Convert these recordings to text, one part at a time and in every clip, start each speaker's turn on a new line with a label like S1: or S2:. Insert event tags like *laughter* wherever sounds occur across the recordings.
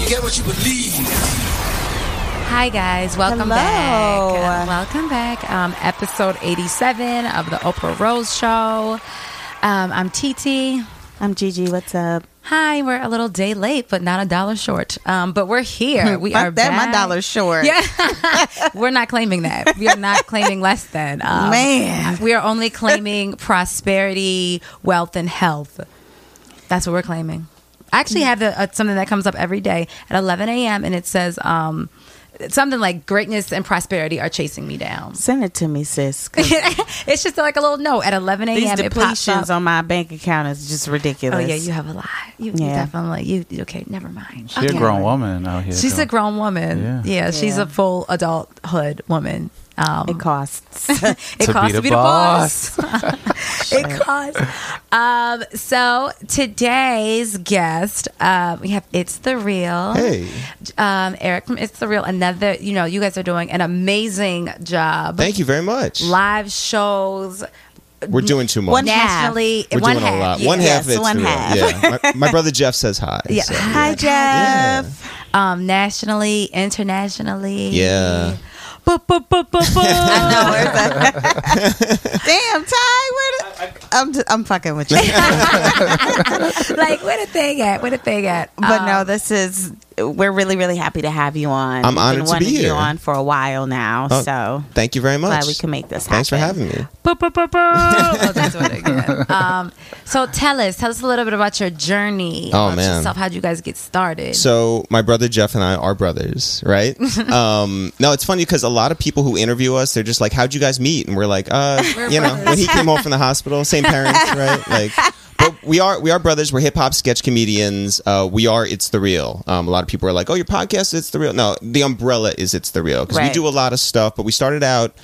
S1: You get what you believe.
S2: Hi, guys. Welcome
S3: Hello.
S2: back. Welcome back. Um, episode 87 of The Oprah Rose Show. Um, I'm TT.
S3: I'm Gigi. What's up?
S2: Hi, we're a little day late, but not a dollar short. Um, but we're
S3: *laughs*
S2: here. *laughs* We
S3: Fuck
S2: are
S3: that.
S2: back.
S3: My dollar's short.
S2: Yeah, we're not claiming that. We are not claiming less than. Um,
S3: Man.
S2: we are only claiming prosperity, wealth, and health. That's what we're claiming. I actually have a, a, something that comes up every day at 11 a.m. and it says um, something like "Greatness and prosperity are chasing me down."
S3: Send it to me,
S2: *laughs*
S3: sis. 'cause
S2: it's just like a little note at 11 a.m.
S3: These
S2: it pops up.
S3: depletions on my bank account is just
S2: Oh
S3: ridiculous.
S2: yeah, you have a lot. You, you
S3: Yeah.
S2: definitely you okay. Never mind.
S4: She's a
S2: Okay.
S4: grown woman out here.
S2: She's
S4: though.
S2: a grown woman. Yeah,
S4: Yeah.
S2: she's a full adulthood woman. Um, *laughs*
S3: It costs.
S2: it
S4: To
S2: costs
S4: be
S2: to
S4: the
S2: be the boss. *laughs* it costs. Um, so today's guest, um, we have It's the Real.
S5: Hey,
S2: Um, Eric from It's the Real. Another, you know, you guys are doing an amazing job.
S5: thank you very much.
S2: Live shows
S5: We're doing too much.
S3: One half.
S2: nationally.
S5: We're
S2: one
S5: doing
S2: half,
S5: a lot.
S2: yeah.
S5: One half.
S3: Yes,
S5: it's
S3: one
S5: real.
S3: half.
S5: Yeah. *laughs* My, my brother Jeff says hi.
S2: Yeah.
S5: so,
S3: Hi, Jeff.
S2: Um, nationally, internationally.
S5: Yeah.
S2: Boop, boop, boop, boop, boop.
S3: *laughs* No, where's that? Damn, Ty. Where the- I'm just, I'm fucking
S5: *laughs*
S3: with you.
S2: *laughs* like where the thing at? Where the thing at?
S3: But no,
S2: Um,
S3: this is. We're really, really happy to have you on.
S5: I'm
S3: We've
S5: honored
S3: been
S5: to
S3: wanting
S5: be
S3: You
S5: here.
S3: on for a while now,
S5: Oh,
S3: so
S5: Thank you very much.
S3: glad we can make this happen.
S5: Thanks for having me.
S2: boop, boop, boop, boop. Oh, *laughs* that's what I get. Um, so tell us, tell us a little bit about your journey.
S5: Oh,
S2: about
S5: man.
S2: yourself. How'd you guys get started?
S5: So my brother Jeff and I are brothers, right? um, no, it's funny because a lot of people who interview us, they're just like, "How'd you guys meet?" And we're like, "Uh, you know, when he came home from the hospital, same parents, right?" Like, but we are we are brothers. We're hip hop sketch comedians. Uh, we are it's the real. Um, a lot of people are like, "Oh, your podcast, it's the real." No, the umbrella is it's the real because
S3: Right.
S5: we do a lot of stuff, but we started out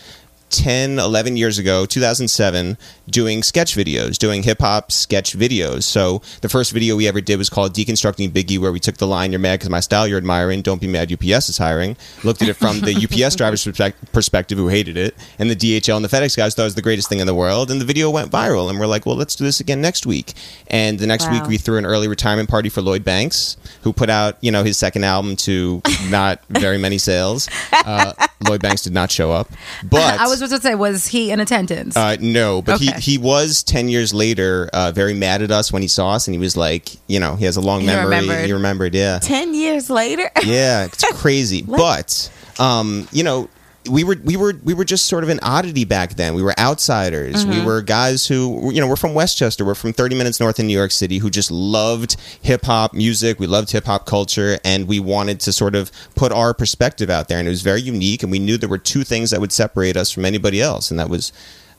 S5: 10, 11 years ago, 2007, doing sketch videos, doing hip hop sketch videos. So the first video we ever did was called Deconstructing Biggie, where we took the line, You're mad because my style you're admiring, don't be mad, UPS is hiring. Looked at it from the UPS driver's perspec- perspective, who hated it, and the DHL and the FedEx guys thought it was the greatest thing in the world. And the video went viral, and we're like, Well, let's do this again next week. And the next
S3: Wow.
S5: week, we threw an early retirement party for Lloyd Banks, who put out, you know, his second album to
S3: *laughs*
S5: not very many sales. Uh, Lloyd Banks did not show up. But
S2: *laughs* I was just to say, was he in attendance?
S5: uh, no, but
S2: Okay.
S5: he, he was 10 years later uh, very mad at us when he saw us, and he was like, you know, he has a long *laughs*
S2: He
S5: memory.
S2: remembered.
S5: He remembered, yeah.
S3: Ten years later.
S5: *laughs* Yeah,
S3: *laughs*
S5: it's crazy. but, um, you know, we were we were we were just sort of an oddity back then. We were outsiders. We were guys who you know we're from Westchester. We're from 30 minutes north in New York City who just loved hip hop music. We loved hip hop culture, and we wanted to sort of put our perspective out there. And it was very unique. And we knew there were two things that would separate us from anybody else, and that was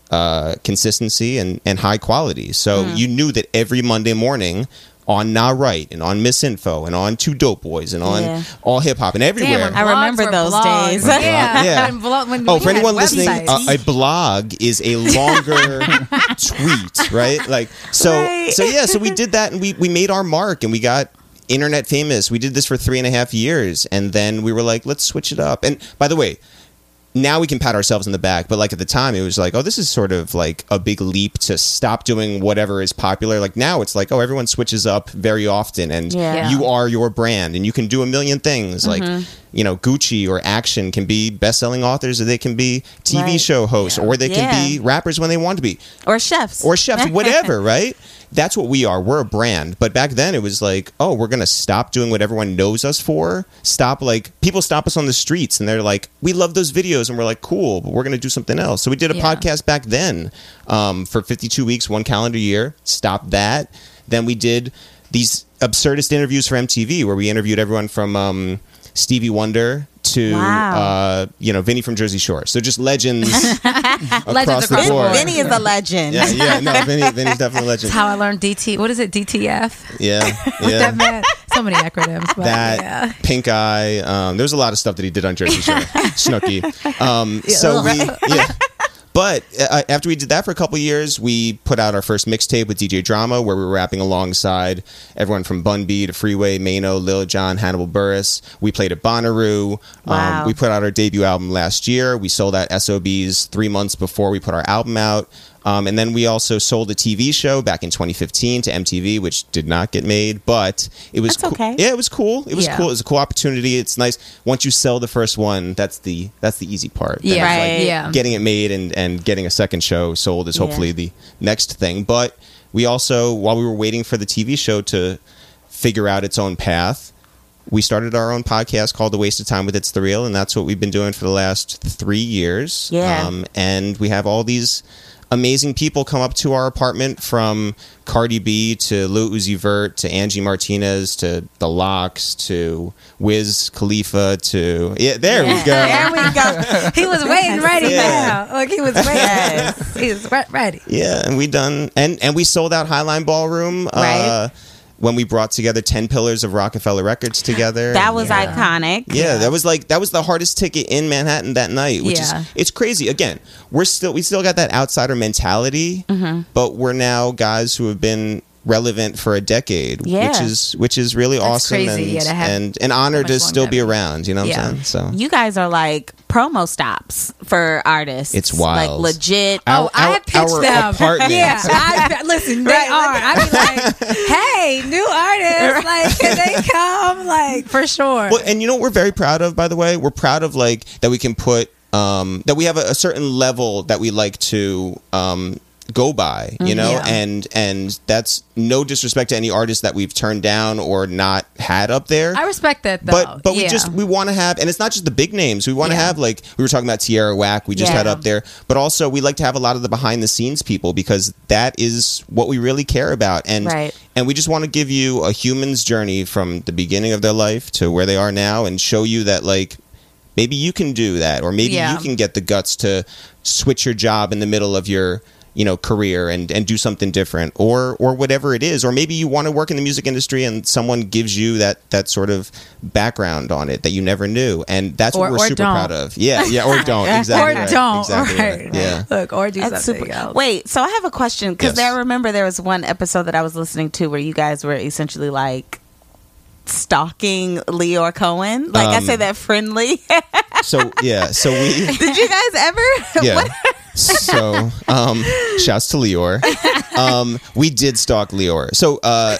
S5: uh, consistency and, and high quality. So
S4: Mm-hmm.
S5: you knew that every Monday morning on Not Right and on Misinfo and on Two Dope Boys and on
S3: Yeah.
S5: all hip hop and everywhere.
S2: Damn, when
S3: I
S2: blogs
S3: remember
S2: were
S3: those
S2: blogs.
S3: days.
S2: Yeah.
S5: Yeah.
S2: When blo- when
S5: Oh,
S2: we
S5: for
S2: had
S5: anyone listening,
S2: websites.
S5: a, a blog is a
S3: *laughs*
S5: longer tweet, right? Like so,
S3: Right.
S5: so yeah.
S3: *laughs*
S5: So we did that, and we we made our mark, and we got internet famous. We did this for three and a half years, and then we were like, let's switch it up. And by the way, now we can pat ourselves in the back, but like at the time, it was like, oh, this is sort of like a big leap to stop doing whatever is popular. Like now, it's like, oh, everyone switches up very often, and
S3: Yeah.
S5: you are your brand, and you can do a million things. Like, you know, Gucci or Action can be best-selling authors, or they can be TV
S3: Right.
S5: show hosts, or they can
S3: Yeah.
S5: be rappers when they want to be
S3: or chefs.
S5: or
S3: *laughs*
S5: chefs, whatever, right? That's what we are. We're a brand. But back then it was like, oh, we're going to stop doing what everyone knows us for. Stop, like, people stop us on the streets and they're like, we love those videos. And we're like, cool, but we're going to do something else. So we did a
S2: Yeah.
S5: podcast back then um, for 52 weeks, one calendar year. Stop that. Then we did these absurdist interviews for MTV where we interviewed everyone from um, Stevie Wonder
S3: to
S2: Wow.
S3: uh, you know Vinny from Jersey Shore. So just legends
S2: Legends
S3: across the
S2: across the
S3: board.
S2: board.
S5: Vinny is a legend.
S3: Yeah, yeah, no, Vinny, Vinny's definitely a legend. *laughs*
S2: That's how I learned DT. What is it? DTF.
S3: Yeah, yeah.
S2: That meant so many acronyms. But
S3: that
S2: yeah.
S3: pink eye. Um, there was a lot of stuff that he did on Jersey Shore, Snooki. Um, so we,
S5: *laughs*
S3: yeah. But uh, after we did that for a couple years, we put out our first mixtape with DJ Drama, where we were rapping alongside everyone from Bun B to Freeway, Mano, Lil Jon, Hannibal Burris. We played at Bonnaroo.
S5: Wow.
S3: Um, we put out our debut album last year. We sold out SOBs three months before we put our album out. Um, and then we also sold a TV show back in 2015 to MTV, which did not get made, but it was
S5: That's
S3: cool.
S5: okay.
S3: Yeah, it was cool. It was
S2: Yeah.
S3: cool. It was a cool opportunity. It's nice. Once you sell the first one, that's the that's the easy part. Then
S2: Yeah.
S3: it's like
S5: Right.
S2: Yeah.
S3: Getting it made and and getting a second show sold is
S5: Yeah.
S3: hopefully the next thing. But we also, while we were waiting for the TV show to figure out its own path, we started our own podcast called The Waste of Time with It's the Real, and that's what we've been doing for the last three years. Um,
S5: Yeah.
S3: and we have all these amazing people come up to our apartment from Cardi B to Lil Uzi Vert to Angie Martinez to The Locks to Wiz Khalifa to yeah, there we go.
S5: There we go.
S2: he was waiting, ready
S3: Yeah.
S2: now. Like he was waiting.
S5: Yes.
S3: *laughs*
S2: He was re- ready.
S3: Yeah, and we done and and we sold out Highline
S5: *laughs*
S3: Ballroom uh,
S2: Right.
S3: when we brought together ten pillars of Rockefeller Records together.
S5: That
S3: And-
S5: was iconic.
S3: Yeah, that was like that was the hardest ticket in Manhattan that night, which
S2: Yeah.
S3: is it's crazy. Again, we're still we still got that outsider mentality, but we're now guys who have been relevant for a decade, which
S5: Yeah.
S3: is which is really awesome
S2: crazy,
S3: and
S2: yeah, to have
S3: and an honor
S2: that
S3: to
S2: much
S3: still be
S2: longevity.
S3: around. You know what
S2: Yeah.
S3: I'm saying? So
S5: You guys are like promo stops for artists.
S3: It's wild.
S5: Like legit.
S3: Our-
S2: Oh, I
S3: our-
S2: have pitched
S5: *laughs*
S3: our
S2: them. *laughs*
S3: apartments.
S2: Yeah, I, listen, they
S5: Right.
S2: are. I'd be like, "Hey, new artists, like, can they come?" Like, for sure.
S3: Well, and you know what we're very proud of, by the way? We're proud of like that we can put um that we have a, a certain level that we like to um go by, you know,
S2: yeah.
S3: and and that's no disrespect to any artist that we've turned down or not had up there.
S2: I respect that, though.
S3: But but we
S2: Yeah.
S3: just we want to have, and it's not just the big names. We want to
S2: Yeah.
S3: have like we were talking about Tierra Whack. We just
S5: Yeah.
S3: had up there, but also we like to have a lot of the behind the scenes people because that is what we really care about, and
S5: Right.
S3: and we just want to give you a human's journey from the beginning of their life to where they are now, and show you that like maybe you can do that, or maybe
S2: Yeah.
S3: you can get the guts to switch your job in the middle of your you know career and and do something different or or whatever it is or maybe you want to work in the music industry and someone gives you that that sort of background on it that you never knew and that's
S2: Or-
S3: what we're
S2: or
S3: super
S2: don't.
S3: proud
S5: uh,
S3: of yeah yeah or don't exactly
S2: or
S3: right.
S2: don't,
S3: exactly
S2: right?
S3: yeah
S2: Look, or do
S5: That's
S2: something
S5: super.
S2: else.
S5: Wait, so I have a question because
S3: Yes.
S5: I remember there was one episode that I was listening to where you guys were essentially like stalking Leor Cohen. Like I
S3: Um,
S5: say that friendly. *laughs*
S3: so yeah so we
S5: Did you guys ever?
S3: yeah so um shouts to Lior um we did stalk Lior so uh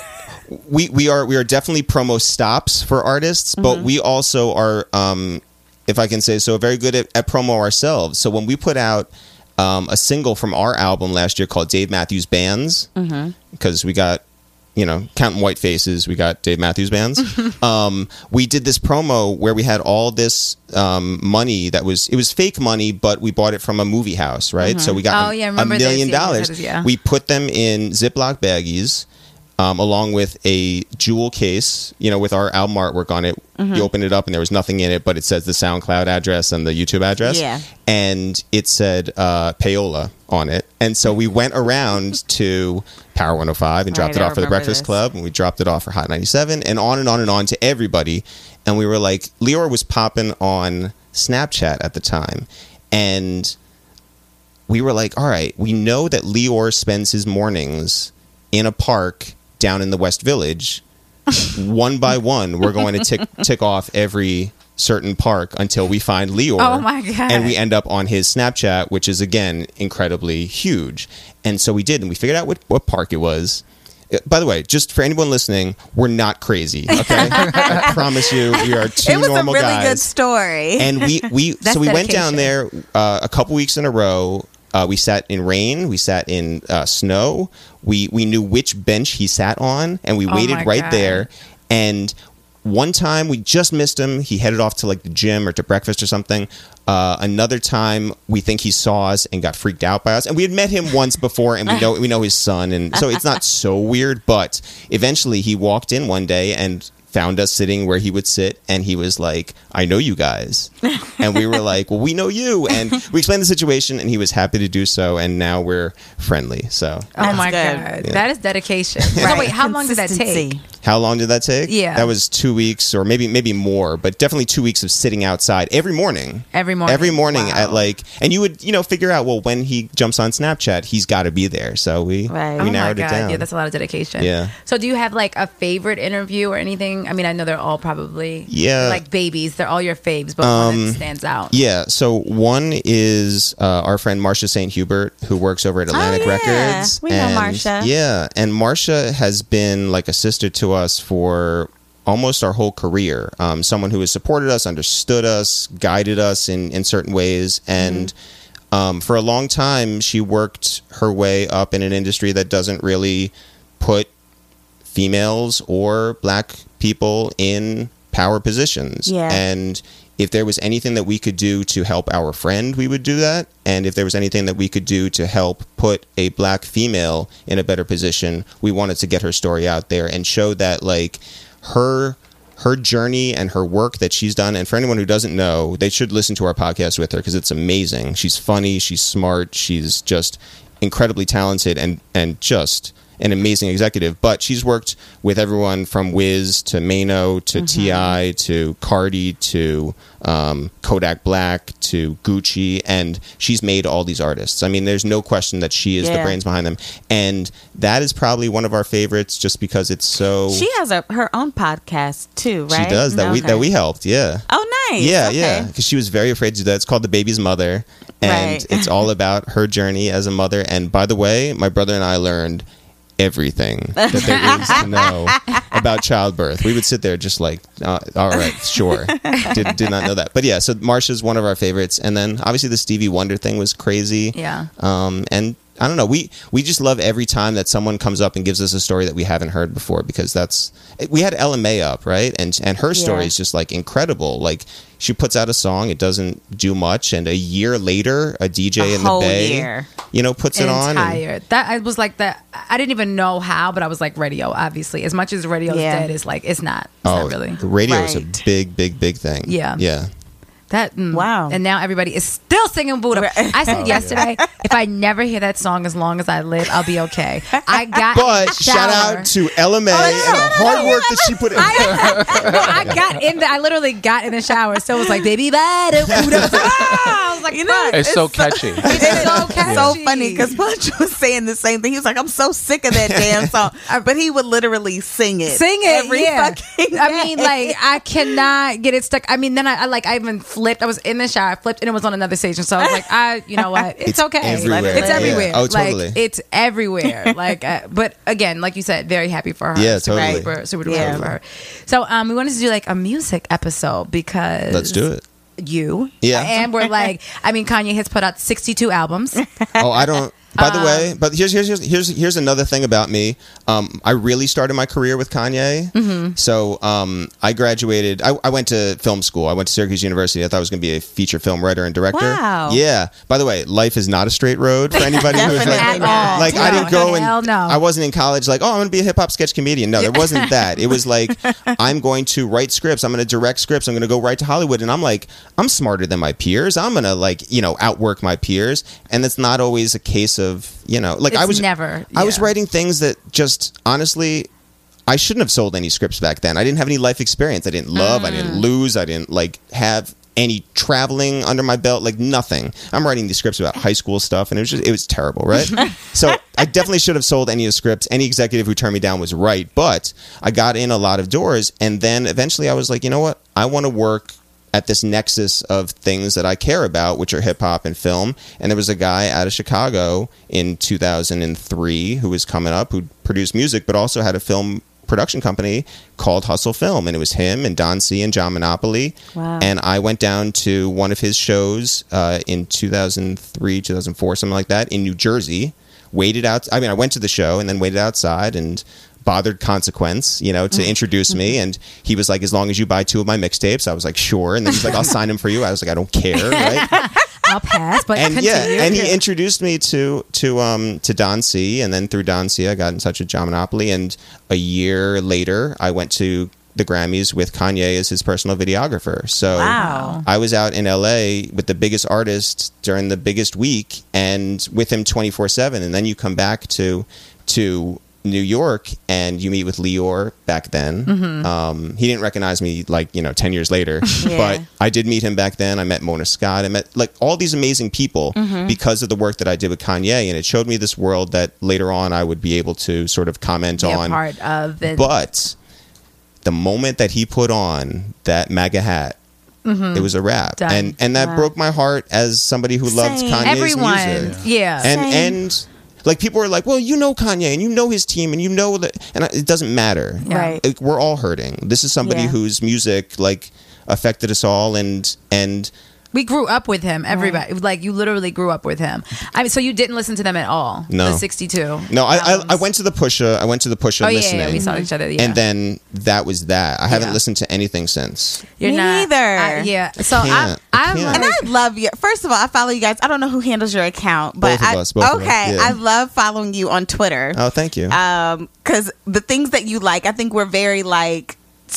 S3: we we are we are definitely promo stops for artists but we also are um if I can say so very good at, at promo ourselves so when we put out um, a single from our album last year called Dave Matthews Bands because we got you know counting white faces we got dave matthews bands um, we did this promo where we had all this um, money that was it was fake money but we bought it from a movie house right so we got
S2: Oh,
S3: a-
S2: yeah, I
S3: a
S2: remember this.
S3: million
S2: Yeah, yeah,
S3: dollars
S2: that is- yeah.
S3: we put them in ziploc baggies um, along with a jewel case, you know, with our album artwork on it.
S5: Mm-hmm.
S3: You opened it up and there was nothing in it, but it says the SoundCloud address and the YouTube address.
S5: Yeah.
S3: And it said uh, Payola on it. And so we went around to Power 105 and dropped
S5: Right,
S3: it
S5: I
S3: off for the
S5: remember
S3: Breakfast
S5: this.
S3: Club and we dropped it off for Hot 97 and on and on and on to everybody. And we were like, Lior was popping on Snapchat at the time. And we were like, all right, we know that Lior spends his mornings in a park down in the
S5: *laughs*
S3: West Village. one by one, we're going to tick tick off every certain park until we find Lior.
S2: Oh, my God.
S3: And we end up on his Snapchat, which is again incredibly huge. And so we did, and we figured out what, what park it was. Uh, By the way, just for anyone listening, we're not
S2: *laughs*
S3: crazy. Okay, I promise you, we are two
S5: it was a
S3: normal
S5: really
S3: guys
S5: good story.
S3: and we we
S2: *laughs* That's
S3: so we went down there
S2: dedication.
S3: uh, a couple weeks in a row. Uh, we sat in rain. We sat in uh, snow. We we knew which bench he sat on, and we
S2: Oh my
S3: waited right
S2: God.
S3: there. And one time we just missed him. He headed off to like the gym or to breakfast or something. Uh, another time we think he saw us and got freaked out by us. And we had met him once before,
S5: *laughs*
S3: and we know we know his son, and so it's not so weird. But eventually he walked in one day and found us sitting where he would sit and he was like i know you guys and we were like well we know you and we explained the situation and he was happy to do so and now we're friendly so
S2: Oh my
S5: good.
S2: god, that is dedication. So wait, how long did that take?
S5: Consistency.
S3: how long did that take
S2: Yeah.
S3: that was two weeks or maybe maybe more but definitely two weeks of sitting outside every morning
S2: Every morning.
S3: every morning at
S2: Wow.
S3: like and you would you know figure out well when he jumps on snapchat he's got to be there so we
S5: Right.
S3: we
S5: Oh my
S3: narrowed
S2: God,
S3: it down
S2: Yeah, that's a lot of dedication.
S3: Yeah.
S2: So do you have like a favorite interview or anything? I mean, I know they're all probably
S3: Yeah. Um,
S2: like babies. They're all your faves, but one that stands out.
S3: Yeah. So one is uh, our friend Marcia St. Hubert, who works over at Atlantic
S5: Oh, yeah.
S3: Records.
S5: We know
S3: and,
S5: Marcia.
S3: Yeah, and Marcia has been like a sister to us for almost our whole career. Um, someone who has supported us, understood us, guided us in in certain ways, and.
S5: Mm-hmm.
S3: Um, for a long time, she worked her way up in an industry that doesn't really put females or black people in power positions.
S5: Yeah.
S3: And if there was anything that we could do to help our friend, we would do that. And if there was anything that we could do to help put a black female in a better position, we wanted to get her story out there and show that like her her journey and her work that she's done and for anyone who doesn't know they should listen to our podcast with her because it's amazing she's funny she's smart she's just incredibly talented and and just an amazing executive. But she's worked with everyone from Wiz to Mano to Ti to Cardi to um, Kodak Black to Gucci, and she's made all these artists. I mean, there's no question that she is the
S5: Yeah.
S3: brains behind them, and that is probably one of our favorites, just because it's so.
S5: She has a, her own podcast too,
S3: she
S5: right?
S3: does that. We
S5: Okay.
S3: that we helped. Yeah.
S5: Oh, nice.
S3: Yeah,
S5: Okay.
S3: yeah. Because she was very afraid to do that. It's called The Baby's Mother. And
S5: Right. *laughs*
S3: it's all about her journey as a mother. And by the way, my brother and I learned everything that there is
S5: *laughs*
S3: to know about childbirth. We would sit there just like, uh, all right, sure. did, did not know that. But yeah, so Marsha's one of our favorites. And then obviously the Stevie Wonder thing was crazy.
S2: Yeah.
S3: Um, and I don't know. We we just love every time that someone comes up and gives us a story that we haven't heard before because that's we had Ella May up right, and and her story
S5: Yeah.
S3: is just like incredible. Like she puts out a song, it doesn't do much, and a year later, a DJ
S5: A
S3: in the
S5: whole
S3: Bay,
S5: year.
S3: you know, puts it on. and-
S2: Entire. That I was like that. I didn't even know how, but I was like radio. Obviously, as much as radio's
S5: Yeah.
S2: dead, it's like it's not. It's
S3: oh,
S2: not really.
S3: radio is a
S5: Right.
S3: big, big, big thing.
S2: Yeah.
S3: yeah.
S2: That mm.
S5: Wow.
S2: And now everybody is still singing Buddha. I
S3: Oh,
S2: said yesterday, if I never hear that song as long as I live, I'll be okay. I got
S3: But
S2: in the
S3: shout
S2: shower. Oh,
S3: out to Ella May and the hard work that she put in.
S2: No, I got in the. I literally got in the shower. So it was like, baby, bye. da, boo, da, boo." Ah, *laughs* I was like, you know,
S1: It's so catchy.
S2: *laughs* it's so catchy.
S5: so funny because Punch was saying the same thing. He was like, "I'm so sick of
S2: *laughs*
S5: that damn song," but he would literally sing it,
S2: Sing it,
S5: every
S2: yeah.
S5: fucking.
S2: I mean,
S5: day.
S2: like I cannot get it stuck. I mean, then I, I like I even flipped. I was in the shower, I flipped, and it was on another station. So I was like, I, you know what? It's,
S3: It's
S2: okay.
S3: everywhere.
S2: It's
S5: Yeah.
S2: everywhere.
S3: Oh, totally.
S2: Like, it's
S5: *laughs*
S2: everywhere. like, uh, but again, like you said, very happy for her.
S3: Yeah,
S2: Super,
S3: totally.
S2: Super, super duper
S5: Yeah.
S2: happy for her. So, um, we wanted to do like a music episode because
S3: Let's do
S2: *laughs*
S3: it.
S2: you.
S3: Yeah.
S2: And we're like, I mean, Kanye has put out 62 albums.
S3: oh, I don't. By
S2: Um,
S3: the way, but here's here's here's here's here's another thing about me. Um, I really started my career with Kanye.
S2: Mm-hmm.
S3: So um, I graduated. I, I went to film school. I went to Syracuse University. I thought I was going to be a feature film writer and director.
S5: Wow.
S3: Yeah. By the way, life is not a straight road
S2: *laughs*
S3: for anybody who's
S5: Definitely
S3: like,
S5: At not.
S3: like I
S2: No,
S3: didn't go and
S2: hell no.
S3: I wasn't in college. Like, oh, I'm going to be a hip hop sketch comedian. No, there wasn't that. It
S2: *laughs*
S3: was like I'm going to write scripts. I'm going to direct scripts. I'm going to go right to Hollywood. And I'm like, I'm smarter than my peers. I'm going to like you know outwork my peers. And it's not always a case of you know like I
S2: It's
S3: was
S2: never-
S3: I was
S2: yeah.
S3: writing things that just honestly. I shouldn't have sold any scripts back then. I didn't have any life experience. I didn't love. I didn't lose. I didn't like have any traveling under my belt. Like nothing. I'm writing these scripts about high school stuff, and it was just it was terrible, right? so I definitely should have sold any of the scripts. Any executive who turned me down was right, but I got in a lot of doors, and then eventually I was like, you know what? I want to work at this nexus of things that I care about, which are hip hop and film. And there was a guy out of Chicago in 2003 who was coming up, who produced music, but also had a film production company called Hustle Film. And it was him and Don C and John Monopoly.
S5: Wow.
S3: And I went down to one of his shows uh, in 2003, 2004, something like that, in New Jersey. Waited out. I mean, I went to the show and then waited outside and bothered consequence, you know, to introduce me. And he was like, as long as you buy two of my mixtapes, I was like, sure. And then he's like, I'll sign them for you. I was like, I don't care. Right.
S2: I'll pass, but
S3: *laughs* And
S2: continue.
S3: yeah. And he introduced me to, to, um, to Don C. And then through Don C, I got in touch with John Monopoly. And a year later, I went to the Grammys with Kanye as his personal videographer. So
S5: Wow.
S3: I was out in LA with the biggest artist during the biggest week and with him 24/7 and then you come back to to New York and you meet with Lior back then.
S2: Mm-hmm.
S3: Um, he didn't recognize me like, you know, 10
S2: *laughs*
S3: years later,
S5: Yeah.
S3: but I did meet him back then. I met Mona Scott. I met like all these amazing people
S2: Mm-hmm.
S3: because of the work that I did with Kanye and it showed me this world that later on I would be able to sort of comment
S2: Be a
S3: on.
S2: part of and
S3: But the moment that he put on that MAGA hat, it was a wrap,
S2: Mm-hmm. Done.
S3: and and that
S5: Wow.
S3: broke my heart as somebody who loves
S5: Same.
S3: Kanye's
S2: everyone.
S3: music.
S2: Yeah.
S3: And
S5: Same.
S3: and like people are like, well, you know Kanye, and you know his team, and you know that, and I, it doesn't matter.
S2: Yeah.
S5: Right.
S3: Like, we're all hurting. This is somebody
S5: Yeah.
S3: whose music like affected us all, and and
S2: we grew up with him. Everybody, like you, literally grew up with him. I mean, so you didn't listen to them at all.
S3: No.
S2: the '62.
S3: no, I, I I
S5: Um,
S3: went to the pusha, I went to the pusha
S2: Oh yeah,
S3: listening,
S2: yeah, we saw each other. Yeah.
S3: and then that was that. I haven't
S2: Yeah.
S3: listened to anything since.
S2: You're
S5: Me
S2: not,
S5: either.
S2: I- yeah. So I,
S3: can't. I
S2: I'm
S3: can't.
S2: like,
S5: And I love you. First of all, I follow you guys. I don't know who handles your account, but
S3: Both of
S5: I,
S3: us, both of us,
S5: okay,
S3: yeah.
S5: I love following you on Twitter.
S3: Oh, thank you.
S5: um because the things that you like i think we're very like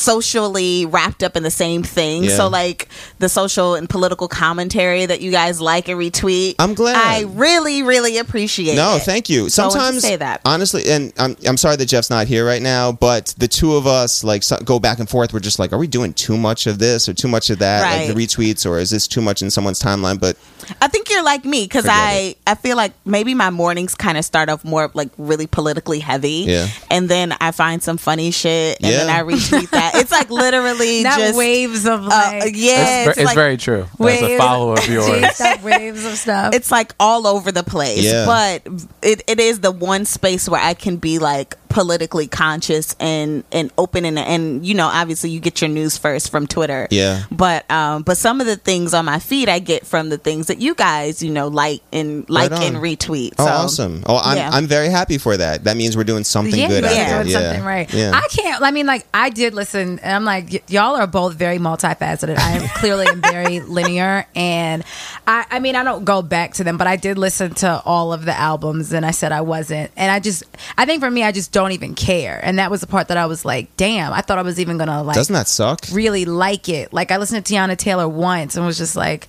S5: socially wrapped up in the same thing
S3: Yeah.
S5: so like the social and political commentary that you guys like and retweet
S3: I'm glad.
S5: i really really appreciate
S3: No,
S5: it
S3: thank you.
S5: So I wanted to
S3: Sometimes
S5: say that.
S3: honestly, and I'm I'm sorry that Jeff's not here right now, but the two of us like so, go back and forth. We're just like, are we doing too much of this or too much of that, like
S5: Right.
S3: the retweets, or is this too much in someone's timeline? But
S5: i think you're like me because
S3: Forget
S5: i i feel like maybe my mornings kind of start off more like really politically heavy
S3: Yeah.
S5: and then i find some funny shit and then
S3: Yeah.
S5: i retweet that it's like literally
S2: *laughs* not
S5: just
S2: waves of
S5: uh,
S2: like.
S5: yeah
S1: it's, ver- it's
S5: like-
S1: very true. That's
S2: waves,
S1: a follow of
S2: *laughs*
S1: yours.
S2: Just that waves of stuff.
S5: it's like all over the place
S3: Yeah.
S5: but it, it is the one space where i can be like politically conscious and and open and and you know obviously you get your news first from twitter
S3: Yeah.
S5: but um but some of the things on my feed i get from the things that you guys you know like and like
S3: Right on.
S5: and retweet
S3: oh,
S5: so
S3: awesome! Oh, I'm
S5: yeah.
S3: I'm very happy for that. That means we're doing something
S2: yeah,
S3: good.
S2: you
S3: out
S2: guys
S3: there.
S2: are doing
S3: yeah.
S2: something right.
S3: Yeah.
S2: I can't. I mean, like I did listen, and I'm like, y- y'all are both very multifaceted. I am clearly am
S3: *laughs*
S2: very linear, and I, I mean, I don't go back to them, but I did listen to all of the albums, and I said I wasn't, and I just, I think for me, I just don't even care, and that was the part that I was like, damn, I thought I was even gonna like
S3: Doesn't that suck?
S2: really like it. Like I listened to Tiana Taylor once and was just like,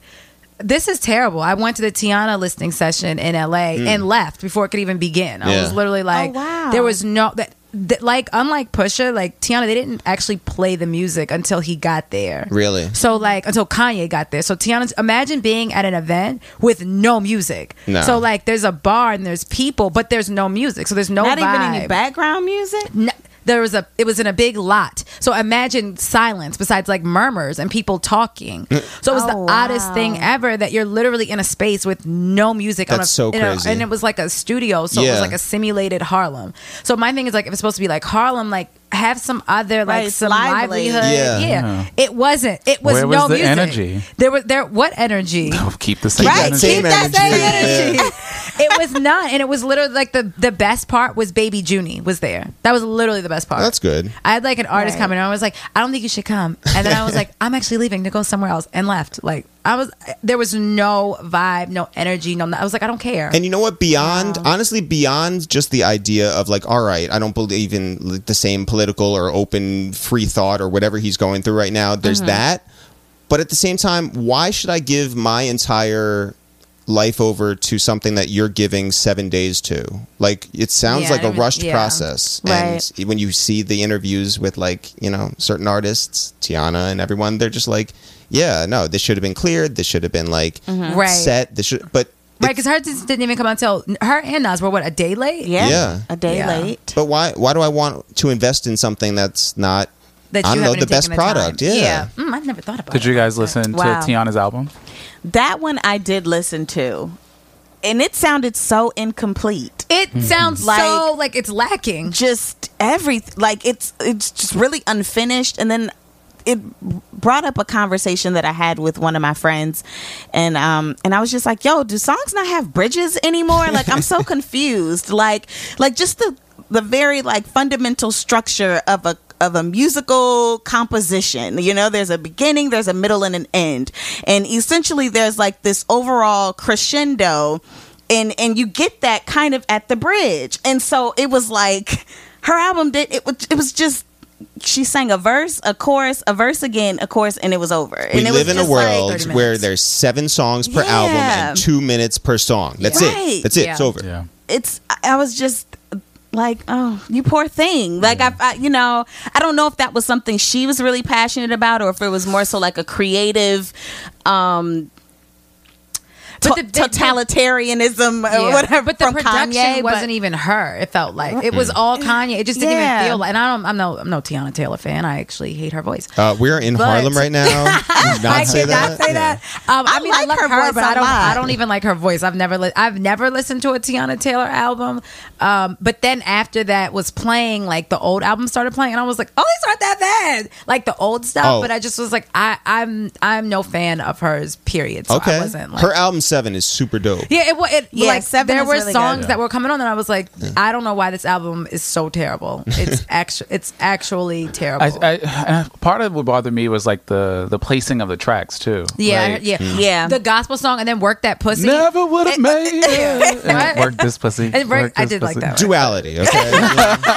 S2: this is terrible. I went to the Tiana listening session in LA and left before it could even begin. I
S3: Hmm. Yeah.
S2: was literally like,
S5: Oh, wow.
S2: there was no that, that like unlike Pusha, like Tiana, they didn't actually play the music until he got there.
S3: Really?
S2: So like until Kanye got there. So Tiana, imagine being at an event with no music.
S3: No.
S2: So like there's a bar and there's people, but there's no music. So there's no
S5: not even any
S2: vibe.
S5: background music
S2: No, there was a it was in a big lot. So imagine silence besides like murmurs and people talking.
S3: Mm.
S2: So it was the
S5: Oh,
S2: oddest thing ever that you're literally in a space with no music on a,
S3: That's so
S2: in a-
S3: crazy.
S2: and it was like a studio, so it
S3: Yeah.
S2: was like a simulated Harlem. So my thing is like if it's supposed to be like Harlem like have some other like
S5: Right,
S2: some
S5: lively.
S2: livelihood.
S3: Yeah.
S2: It wasn't. It was
S1: Uh-huh. Where was
S2: no
S1: the
S2: music.
S1: energy?
S2: There was there what
S1: *laughs*
S2: energy?
S1: Oh, keep the same
S5: Right,
S1: energy.
S5: keep that same
S3: energy. Yeah.
S2: *laughs* it was none. And it was literally like the the best part was Baby Junie was there. That was literally the best part.
S3: That's good.
S2: I had like an artist
S5: Right.
S2: come in and I was like, I don't think you should come. And then I
S3: *laughs*
S2: was like, I'm actually leaving to go somewhere else and left. Like I was there was no vibe, no energy, no I was like, I don't care.
S3: And you know what? Beyond honestly, beyond just the idea of like, all right, I don't believe in like, the same political or open free thought or whatever he's going through right now. There's
S2: Mm-hmm.
S3: that, but at the same time, why should I give my entire life over to something that you're giving seven days to? Like, it sounds
S2: Yeah,
S3: like
S2: I
S3: a
S2: don't-
S3: rushed
S2: yeah.
S3: process. And when you see the interviews with like you know certain artists, Tiana and everyone, they're just like, yeah, no, this should have been cleared. This should have been like
S2: Right.
S3: set. This should, but.
S2: right, because her just didn't even come out until her and Nas were what, a day late?
S5: yeah,
S3: Yeah.
S5: a day
S2: Yeah.
S5: late
S3: But why why do I want to invest in something that's not
S2: That
S3: I
S2: you
S3: don't know,
S2: haven't
S3: the best
S2: taken time.
S3: product, yeah.
S2: Mm, I never thought about
S1: Did
S2: it.
S1: you guys listen
S5: Wow.
S1: to Tiana's album?
S5: that one i did listen to and it sounded so incomplete
S2: It sounds
S5: Like-
S2: so like it's lacking.
S5: just everything like it's it's just really unfinished and then it brought up a conversation that I had with one of my friends and um and I was just like yo do songs not have bridges anymore like I'm so confused like like just the the very like fundamental structure of a of a musical composition you know there's a beginning there's a middle and an end and essentially there's like this overall crescendo and and you get that kind of at the bridge and so it was like her album did it was it was just she sang a verse, a chorus, a verse again, a chorus, and it was over.
S3: We
S5: and it
S3: live
S5: was
S3: in a
S5: just like-
S3: world
S2: 30
S3: where
S2: minutes.
S3: there's seven songs per album and
S5: Yeah.
S3: two minutes per song. That's
S5: Right.
S3: it. That's it.
S2: Yeah.
S3: It's over.
S1: Yeah.
S5: it's I- I was just like, oh, you poor thing. Like I, I, you know, I don't know if that was something she was really passionate about, or if it was more so like a creative, um,
S2: But
S5: to-
S2: the- the-
S5: totalitarianism or
S3: uh,
S2: Yeah.
S5: whatever.
S2: But the
S5: from
S2: production
S5: Kanye, but-
S2: wasn't even her. It felt like it was
S3: Mm.
S2: all Kanye. It just didn't
S5: Yeah.
S2: even feel like. And I don't. I'm no. I'm no Tiana Taylor fan. I actually hate her voice.
S3: Uh, we're in
S2: But-
S3: Harlem right
S2: *laughs*
S3: now. Did you not
S2: I
S3: say
S2: did
S3: that.
S2: not say
S3: Yeah.
S2: that. Um, I,
S5: I
S2: mean, I
S5: like
S2: love
S5: her
S2: her,
S5: voice
S2: but
S5: a
S2: I don't.
S5: lot.
S2: I don't even like her voice. I've never. Li- I've never listened to a Tiana Taylor album. Um, but then after that was playing, like the old album started playing, and I was like, oh, these aren't that bad. Like the old stuff.
S3: Oh.
S2: But I just was like, I, I'm. I'm no fan of hers. Period. So
S3: Okay.
S2: I wasn't. Like,
S3: Her album Seven is super dope.
S2: yeah, it, wa- it
S5: Yeah,
S2: like
S5: Seven
S2: there
S5: is
S2: were
S5: really good.
S2: songs
S1: Yeah.
S2: that were coming on, and I was like, I don't know why this album is so terrible.
S1: *laughs*
S2: It's actually, it's actually terrible.
S1: I, I, and part of what bothered me was like the the placing of the tracks too.
S2: yeah,
S1: Like, hmm.
S2: yeah,
S5: Yeah.
S2: The gospel song, and then work that pussy.
S1: Never would have made it.
S2: Right?
S1: And work this pussy.
S2: And work- I
S1: this
S2: did like
S1: pussy.
S2: that. *laughs*
S3: Duality. Okay.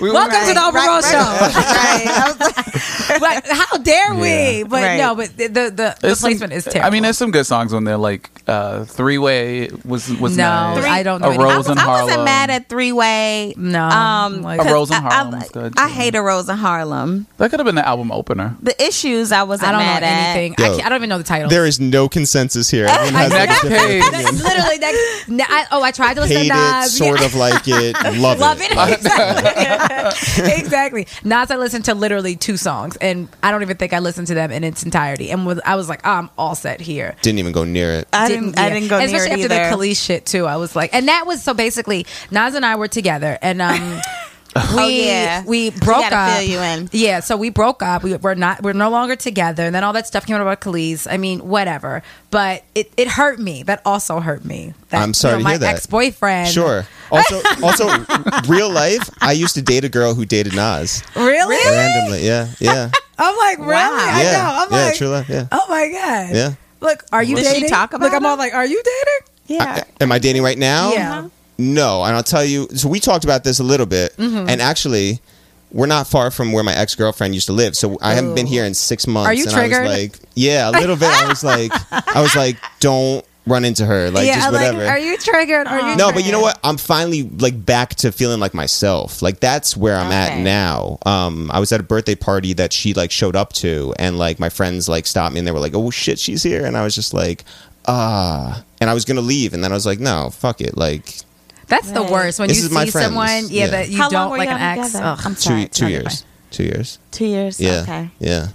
S1: We were-
S2: Welcome to the
S5: Right,
S2: overall
S5: right,
S2: show. *laughs*
S5: right. I was like,
S2: Like, how dare we?
S1: Yeah.
S2: But
S5: Right.
S2: no, but the the, the, the
S1: There's some-
S2: placement is terrible.
S1: I mean, there's some good songs on there, like uh, Three Way was was
S2: No,
S1: nice.
S2: Three- I don't know
S1: A
S2: any- I
S1: Rose
S2: was-
S1: in
S5: I
S1: Harlem.
S5: wasn't mad at Three Way.
S2: No,
S5: Um,
S2: like-
S1: A
S5: 'cause
S1: Rose in
S5: I-
S1: Harlem
S5: I,
S1: was good,
S5: I
S1: too.
S5: hate a Rose in Harlem.
S1: That could have been the album opener.
S5: The issues I wasn't
S2: I don't
S5: mad
S2: know anything.
S5: at.
S2: I,
S3: Yo.
S2: can't, I don't even know the title.
S3: there is no consensus here. Everyone has a
S1: Next
S3: different
S1: page.
S3: opinion.
S2: That's literally next. *laughs* n- I- oh, I tried to listen
S3: Hate
S2: to
S3: it,
S2: Nas.
S3: sort of like
S2: *laughs*
S3: it, love,
S2: Love it. Exactly. *laughs* exactly. Nas, I listened to literally two songs, and I don't even think I listened to them in its entirety. And with, I was like, oh, I'm all set here.
S3: Didn't even go near it.
S5: I didn't. I
S2: yeah.
S5: didn't go
S2: And Especially
S5: near it
S2: after
S5: either.
S2: the Khalees shit too. I was like, and that was so basically Nas and I were together, and
S5: *laughs*
S2: um. We
S5: Oh, yeah.
S2: we
S5: We
S2: broke
S5: gotta
S2: up.
S5: fill you in.
S2: Yeah, so we broke up. We were not we're no longer together. And then all that stuff came out about Khalees. I mean, whatever. But it, it hurt me. That also hurt me. That,
S3: I'm
S2: you
S3: sorry
S2: know,
S3: to hear
S2: my
S3: that.
S2: ex boyfriend.
S3: Sure. Also, also, real life. I used to date a girl who dated Nas
S2: Really?
S3: randomly. Yeah, yeah,
S2: I'm like, really? *laughs* I
S3: yeah,
S2: know. I'm
S3: yeah.
S2: like,
S3: true love. Yeah,
S2: oh my god.
S3: yeah.
S2: Look, are you
S5: Did she
S2: dating?
S5: talk about
S2: Look, I'm all
S5: him?
S2: like, are you dating?
S5: yeah.
S3: I- am I dating right now?
S2: Yeah.
S3: No, and I'll tell you. So we talked about this a little bit,
S2: Mm-hmm.
S3: and actually, we're not far from where my ex girlfriend used to live. So I haven't been here in six months.
S2: you
S3: and I
S2: triggered?
S3: was like, yeah, a little bit. I was like, I
S2: *laughs*
S3: was like, don't run into her. Like,
S2: yeah.
S3: just
S2: I'm
S3: whatever.
S2: Like, are you triggered? Are you
S3: no,
S2: triggered?
S3: but you know what? I'm finally like back to feeling like myself. Like that's where I'm at
S5: Okay.
S3: now. Um, I was at a birthday party that she like showed up to, and like my friends like stopped me and they were like, "Oh shit, she's here," and I was just like, "Ah," and I was gonna leave, and then I was like, "No, fuck it." Like
S2: That's the
S5: Right.
S2: worst when
S3: This
S2: you
S3: is my
S2: see
S3: friends.
S2: someone, yeah,
S3: Yeah.
S2: that you
S5: How long
S2: don't
S5: were
S2: like an
S5: y'all
S2: ex.
S5: together?
S2: Ugh.
S5: I'm
S3: two
S5: sorry.
S3: two
S5: No, you're
S3: years,
S5: fine.
S3: two years.
S5: Two years.
S3: Yeah,
S5: Okay.
S3: yeah.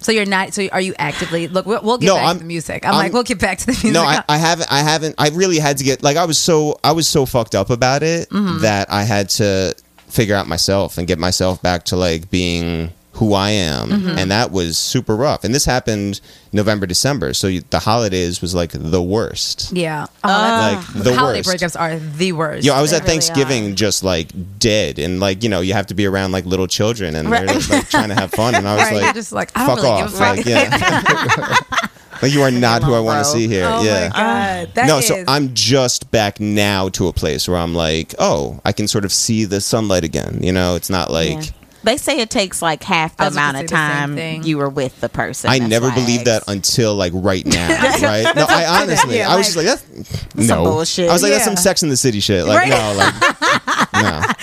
S2: So you're not. So are you actively look? We'll, we'll get
S3: No,
S2: back
S3: I'm-
S2: to the music. I'm,
S3: I'm-
S2: like, "Uh." we'll get back to the music.
S3: No, I, I haven't. I haven't. I really had to get like I was so I was so fucked up about it
S2: Mm-hmm.
S3: that I had to figure out myself and get myself back to like being who I am,
S2: Mm-hmm.
S3: and that was super rough. And this happened November, December, so you, the holidays was like the worst.
S2: yeah. Oh, that's-
S3: Like the
S2: holiday
S3: worst.
S2: breakups are the worst.
S3: Yo, I was
S5: They
S3: at
S5: really
S3: Thanksgiving just like dead, and like you know you have to be around like little children, and
S5: Right.
S3: they're just, like trying to have fun, and I was
S2: Right,
S3: like,
S2: you're just like, I don't
S3: fuck
S2: really
S3: off,
S2: give a fuck.
S3: like yeah,
S2: *laughs*
S3: *laughs* like you are not who I want to see here.
S2: oh
S3: yeah,
S2: my god, that
S3: no,
S2: is-
S3: so I'm just back now to a place where I'm like, oh, I can sort of see the sunlight again. You know, it's not like
S5: Yeah. They say it takes like half the
S2: I was gonna
S5: amount of
S2: say the same
S5: time
S2: thing.
S5: you were with the person.
S3: I
S5: That's
S3: never
S5: why
S3: believed that
S5: asked.
S3: until like
S2: *laughs*
S3: right now, right? No, I honestly,
S5: Yeah,
S3: I was just like, that's no
S5: bullshit.
S3: I was like, that's
S2: Yeah.
S3: some Sex in the City shit.
S2: Right.
S3: Like, no, like,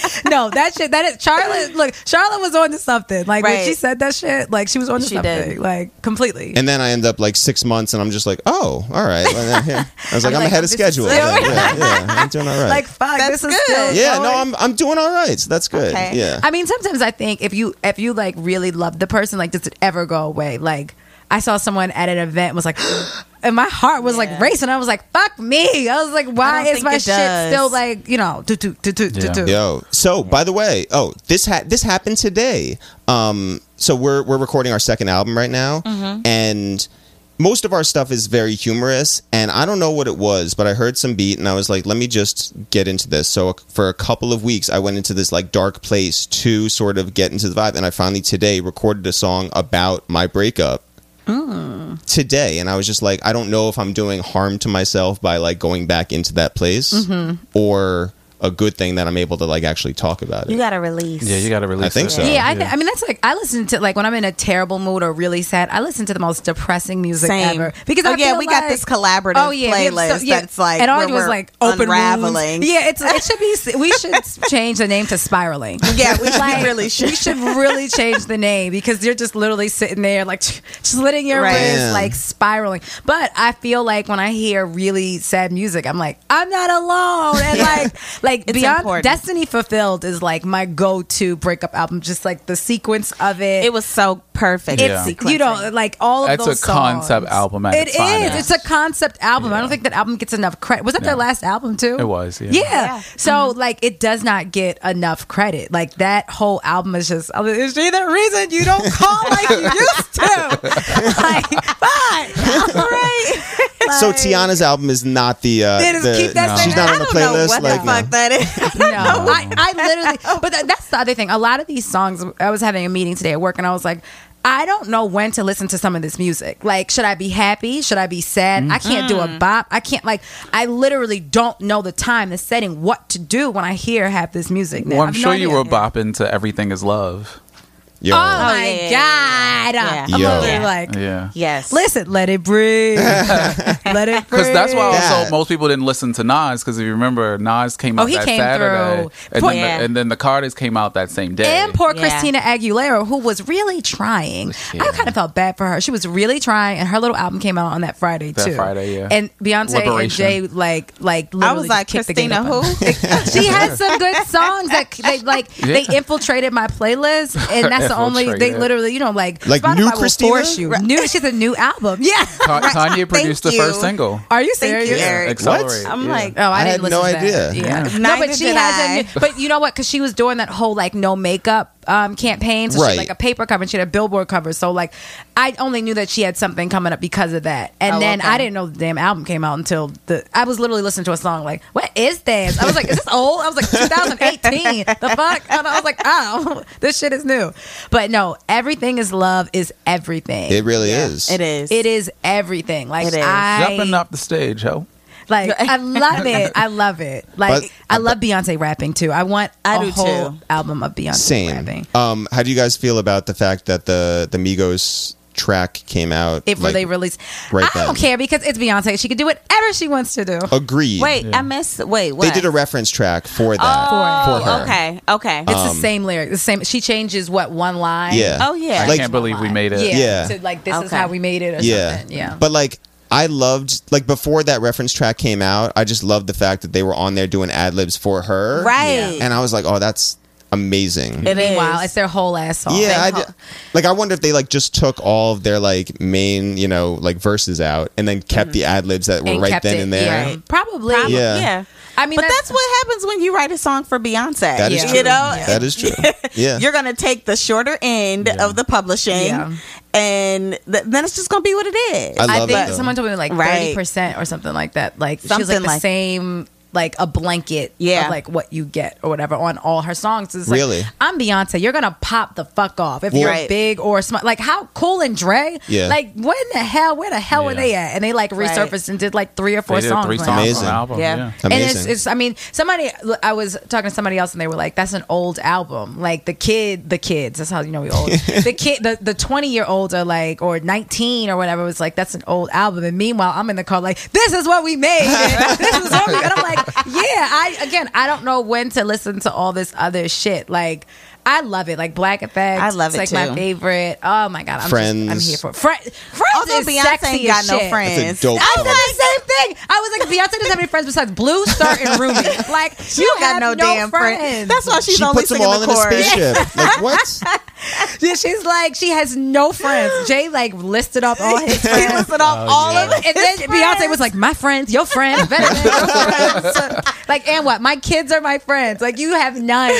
S2: *laughs*
S3: no.
S2: no, that shit. That is Charlotte. Look, Charlotte was on to something. Like
S5: Right.
S2: when she said that shit, like she was on to
S5: She
S2: something.
S5: did.
S2: Like completely.
S3: And then I end up like six months, and I'm just like, oh, all right. Well, now here. I was like, I'm,
S2: like,
S3: ahead of
S2: this is
S3: schedule.
S2: so-
S3: Yeah, yeah, yeah, I'm
S2: *laughs*
S3: doing all right.
S2: like fuck,
S5: That's
S2: this is
S5: good.
S2: still
S3: yeah,
S2: going.
S3: no, I'm I'm doing all right. So that's good.
S5: Okay.
S3: Yeah.
S2: I mean, sometimes I think if you if you like really love the person, like does it ever go away? Like I saw someone at an event and was like, *gasps* and my heart was like
S5: Yeah.
S2: racing. I was like, fuck me. I was like, why
S5: don't
S2: is
S5: think
S2: my
S5: it
S2: shit
S5: does.
S2: still like you know do do do do do
S1: Yeah.
S2: do?
S3: Yo. So, by the way, oh, this ha- this happened today. Um, so we're we're recording our second album right now, and most of our stuff is very humorous. And I don't know what it was, but I heard some beat, and I was like, let me just get into this. So for a couple of weeks, I went into this like dark place to sort of get into the vibe, and I finally today recorded a song about my breakup today and i was just
S2: Mm-hmm.
S3: like i don't know if i'm doing harm to myself by like going back into that place or a good thing that I'm able to like actually talk about it.
S5: You got to release.
S1: Yeah, you got to release.
S3: I think
S1: that.
S3: so.
S2: Yeah, I, th- I mean that's like I listen to like when I'm in a terrible mood or really sad. I listen to the most depressing music
S5: Same.
S2: ever because
S5: oh,
S2: I
S5: yeah,
S2: feel
S5: we got
S2: like-
S5: this collaborative
S2: we have
S5: playlist
S2: so- Oh, yeah.
S5: that's like
S2: and all
S5: where
S2: I do is
S5: we're
S2: like open
S5: unraveling.
S2: wounds. Yeah, it's it should
S5: *laughs*
S2: be we should change the name to spiraling.
S5: Yeah, we
S2: Like,
S5: really should.
S2: we should really change the name because you're just literally sitting there like slitting your
S5: Right.
S2: wrists,
S3: Damn.
S2: like spiraling. But I feel like when I hear really sad music, I'm like, I'm not
S5: *laughs*
S2: alone. And like, like
S5: It's
S2: beyond
S5: important.
S2: Destiny Fulfilled is like my go-to breakup album. Just like the sequence of it.
S5: It was so perfect.
S2: It's you know like all of
S1: That's
S2: those
S1: a concept
S2: songs.
S1: album at
S2: It
S1: its finest.
S2: is. It's a concept album. I
S1: Yeah.
S2: don't think that album gets enough credit. Was that their
S1: No.
S2: last album too?
S1: It was, yeah.
S2: Yeah.
S5: Yeah.
S2: So like it does not get enough credit. Like that whole album is just. I mean, Is there the reason you don't call like you
S1: *laughs*
S2: used to? like bye. All right.
S3: So Tiana's album is not the. Uh,
S2: They just
S3: the-
S2: keep that
S3: she's
S2: same-
S3: not
S2: I
S3: on the
S5: I don't know
S3: playlist.
S5: what
S3: like,
S5: the fuck that is. *laughs*
S2: no, I, I literally. But that, that's the other thing. A lot of these songs. I was having a meeting today at work, and I was like. I don't know when to listen to some of this music. Like, should I be happy? Should I be sad? I can't do
S5: Mm.
S2: a bop. I can't like. I literally don't know the time, the setting, what to do when I hear half this music. Now.
S1: Well, I'm
S2: I've no
S1: sure you
S2: idea.
S1: were bopping to "Everything Is Love."
S3: Yo,
S2: Oh my
S5: yeah, yeah,
S2: god!
S5: yeah.
S2: I'm
S3: Yo.
S2: literally
S5: Yeah.
S2: like,
S1: Yeah,
S5: yes.
S2: listen, let it breathe,
S1: *laughs*
S2: let it breathe.
S1: Because that's why
S3: That-
S1: also most people didn't listen to Nas because if you remember Nas came
S2: Oh,
S1: out
S2: he
S1: that
S2: came
S1: Saturday,
S2: through.
S1: And,
S2: Poor-
S1: then
S5: Yeah.
S1: the, and then the Carters came out that same day.
S2: And poor
S5: Yeah.
S2: Christina Aguilera, who was really trying. I
S1: Yeah.
S2: kind of felt bad for her. She was really trying, and her little album came out on that Friday
S1: That
S2: too.
S1: Friday, yeah.
S2: And Beyonce and
S1: Liberation.
S2: Jay, like, like
S5: I
S2: literally
S5: was like,
S2: kicked the gate
S5: Christina,
S2: up on
S5: who?
S2: her. she had some good songs that they like. They infiltrated my
S3: *laughs*
S2: playlist, and that's the only. They
S1: Infiltrated.
S2: literally, you know, like
S3: Like
S2: Spotify
S3: new
S2: will
S3: Christina?
S2: force you. New, she's a new album. Yeah.
S1: Ta- Kanye produced the
S5: you.
S1: first single.
S2: Are you
S5: Thank
S2: serious?
S5: you, Eric.
S1: Accelerate.
S5: I'm
S1: yeah.
S5: like,
S2: Oh, I,
S3: I
S2: didn't
S3: had
S2: listen
S3: no
S2: to that.
S3: idea.
S2: Yeah.
S5: Neither
S2: No, but she
S5: did
S2: has
S5: I.
S2: a new, but you know what? Because she was doing that whole like no makeup um, campaign, so she
S3: Right.
S2: had, like a paper cover and she had a billboard cover. So like, I only knew that she had something coming up because of that, and
S5: Oh,
S2: then
S5: okay.
S2: I didn't know the damn album came out until the I was literally listening to a song like, what is this? I was like, is this old? I was like, 2018. the fuck? And I was like, oh, *laughs* this shit is new. But no, everything is love is everything.
S3: it really is.
S5: it is.
S2: It is everything. Like
S5: It is.
S2: I
S1: Jumping up the stage, ho.
S2: like I
S1: *laughs*
S2: love it. I love it. Like
S3: But- uh,
S2: I love Beyonce rapping too. I want
S5: I
S2: a
S5: do,
S2: whole
S5: too.
S2: album of Beyonce
S3: Same.
S2: rapping.
S3: Um, how do you guys feel about the fact that the the Migos track came out?
S2: If
S3: like,
S2: they release,
S3: right
S2: I don't
S3: then.
S2: care because it's Beyonce. She can do whatever she wants to do.
S3: agreed.
S5: Wait, I missed. Wait, what?
S3: they did a reference track for that.
S2: For-
S3: for her.
S5: Okay, okay.
S2: it's the same lyric. The same. She changes what one line.
S3: Um, Yeah.
S5: Oh, yeah.
S1: I
S3: Like,
S1: can't believe we made it.
S2: Yeah.
S3: Yeah.
S2: To like this is
S5: Okay.
S2: how we made it. Or
S3: yeah.
S2: Something. Yeah.
S3: But like I loved like before that reference track came out, I just loved the fact that they were on there doing ad libs for her.
S5: Right.
S3: And I was like, oh, that's amazing.
S5: It is.
S2: Meanwhile, it's their whole ass song.
S3: yeah, I
S5: ho-
S3: did- like I wonder if they like just took all of their like main, you know, like verses out and then kept the ad libs that were
S2: Mm-hmm. And
S3: right
S2: kept
S3: then
S2: it.
S3: and there.
S2: Yeah. Probably.
S5: Probably,
S3: Yeah.
S2: I mean,
S5: but that's, what happens when you write a song for Beyonce.
S3: That is
S2: Yeah.
S3: true.
S5: You know,
S3: That
S2: *laughs*
S3: is true. Yeah.
S5: you're gonna take the shorter end of the publishing,
S2: Yeah.
S5: and th- then it's just gonna be what it is.
S3: I
S2: I
S3: love
S2: think
S3: that.
S2: someone told me like thirty
S5: Right.
S2: percent or something like that. Like she was
S5: Something
S2: like the
S5: like-
S2: same, like a blanket
S5: Yeah.
S2: of like what you get or whatever on all her songs. It's like,
S3: Really?
S2: I'm Beyonce. You're gonna pop the fuck off if
S3: Well-
S2: you're
S5: Right.
S2: big or small. Like how cool and Dre.
S3: Yeah.
S2: Like when the hell? Where the hell were
S1: Yeah.
S2: they at? And they like
S5: Right.
S2: resurfaced and did like three or four
S1: They did
S2: songs.
S1: three
S2: now.
S1: songs
S3: Amazing.
S1: on the album.
S5: Yeah.
S1: Yeah.
S3: Amazing.
S2: And it's, it's, I mean, somebody, I was talking to somebody else and they were like, that's an old album. Like the kid, the kids, that's how you know
S5: *laughs*
S2: we old. the kid, the, the 20 year olds are like, or 19 or whatever was like, that's an old album. And meanwhile, I'm in the car like, this is what we made.
S5: *laughs*
S2: this is what we, and I'm like, yeah, I, again, I don't know when to listen to all this other shit. Like, I love it. Like Black Effect.
S5: I love
S2: it's
S5: it,
S2: like
S5: too.
S2: my favorite. Oh my God. I'm Just, I'm
S3: Friends.
S2: here for it. Fri- friends.
S5: Although
S2: is
S5: Beyonce
S2: sexy
S5: ain't
S2: as
S5: got no
S2: shit.
S5: friends.
S3: That's a dope
S2: I
S3: song.
S2: said the same thing. I was like, Beyonce doesn't have any friends besides Blue Star
S5: *laughs*
S2: and Ruby. Like,
S5: you
S2: you
S5: got
S2: have
S5: no, damn friends. That's why Oh, she's
S3: she
S5: only
S3: puts them
S5: singing
S3: all
S5: the
S3: in a
S5: chorus.
S3: spaceship.
S2: *laughs*
S3: like what?
S2: Yeah, she's like, she has
S5: *gasps*
S2: no friends. Jay like listed up
S5: *laughs*
S2: all his
S5: She
S2: friends.
S5: listed off
S3: Oh,
S5: all of it.
S2: And then Beyonce was like, "My friends, your friends,
S5: *laughs*
S2: better *laughs* than your friends." like, and what? My kids are my friends. Like, you have none.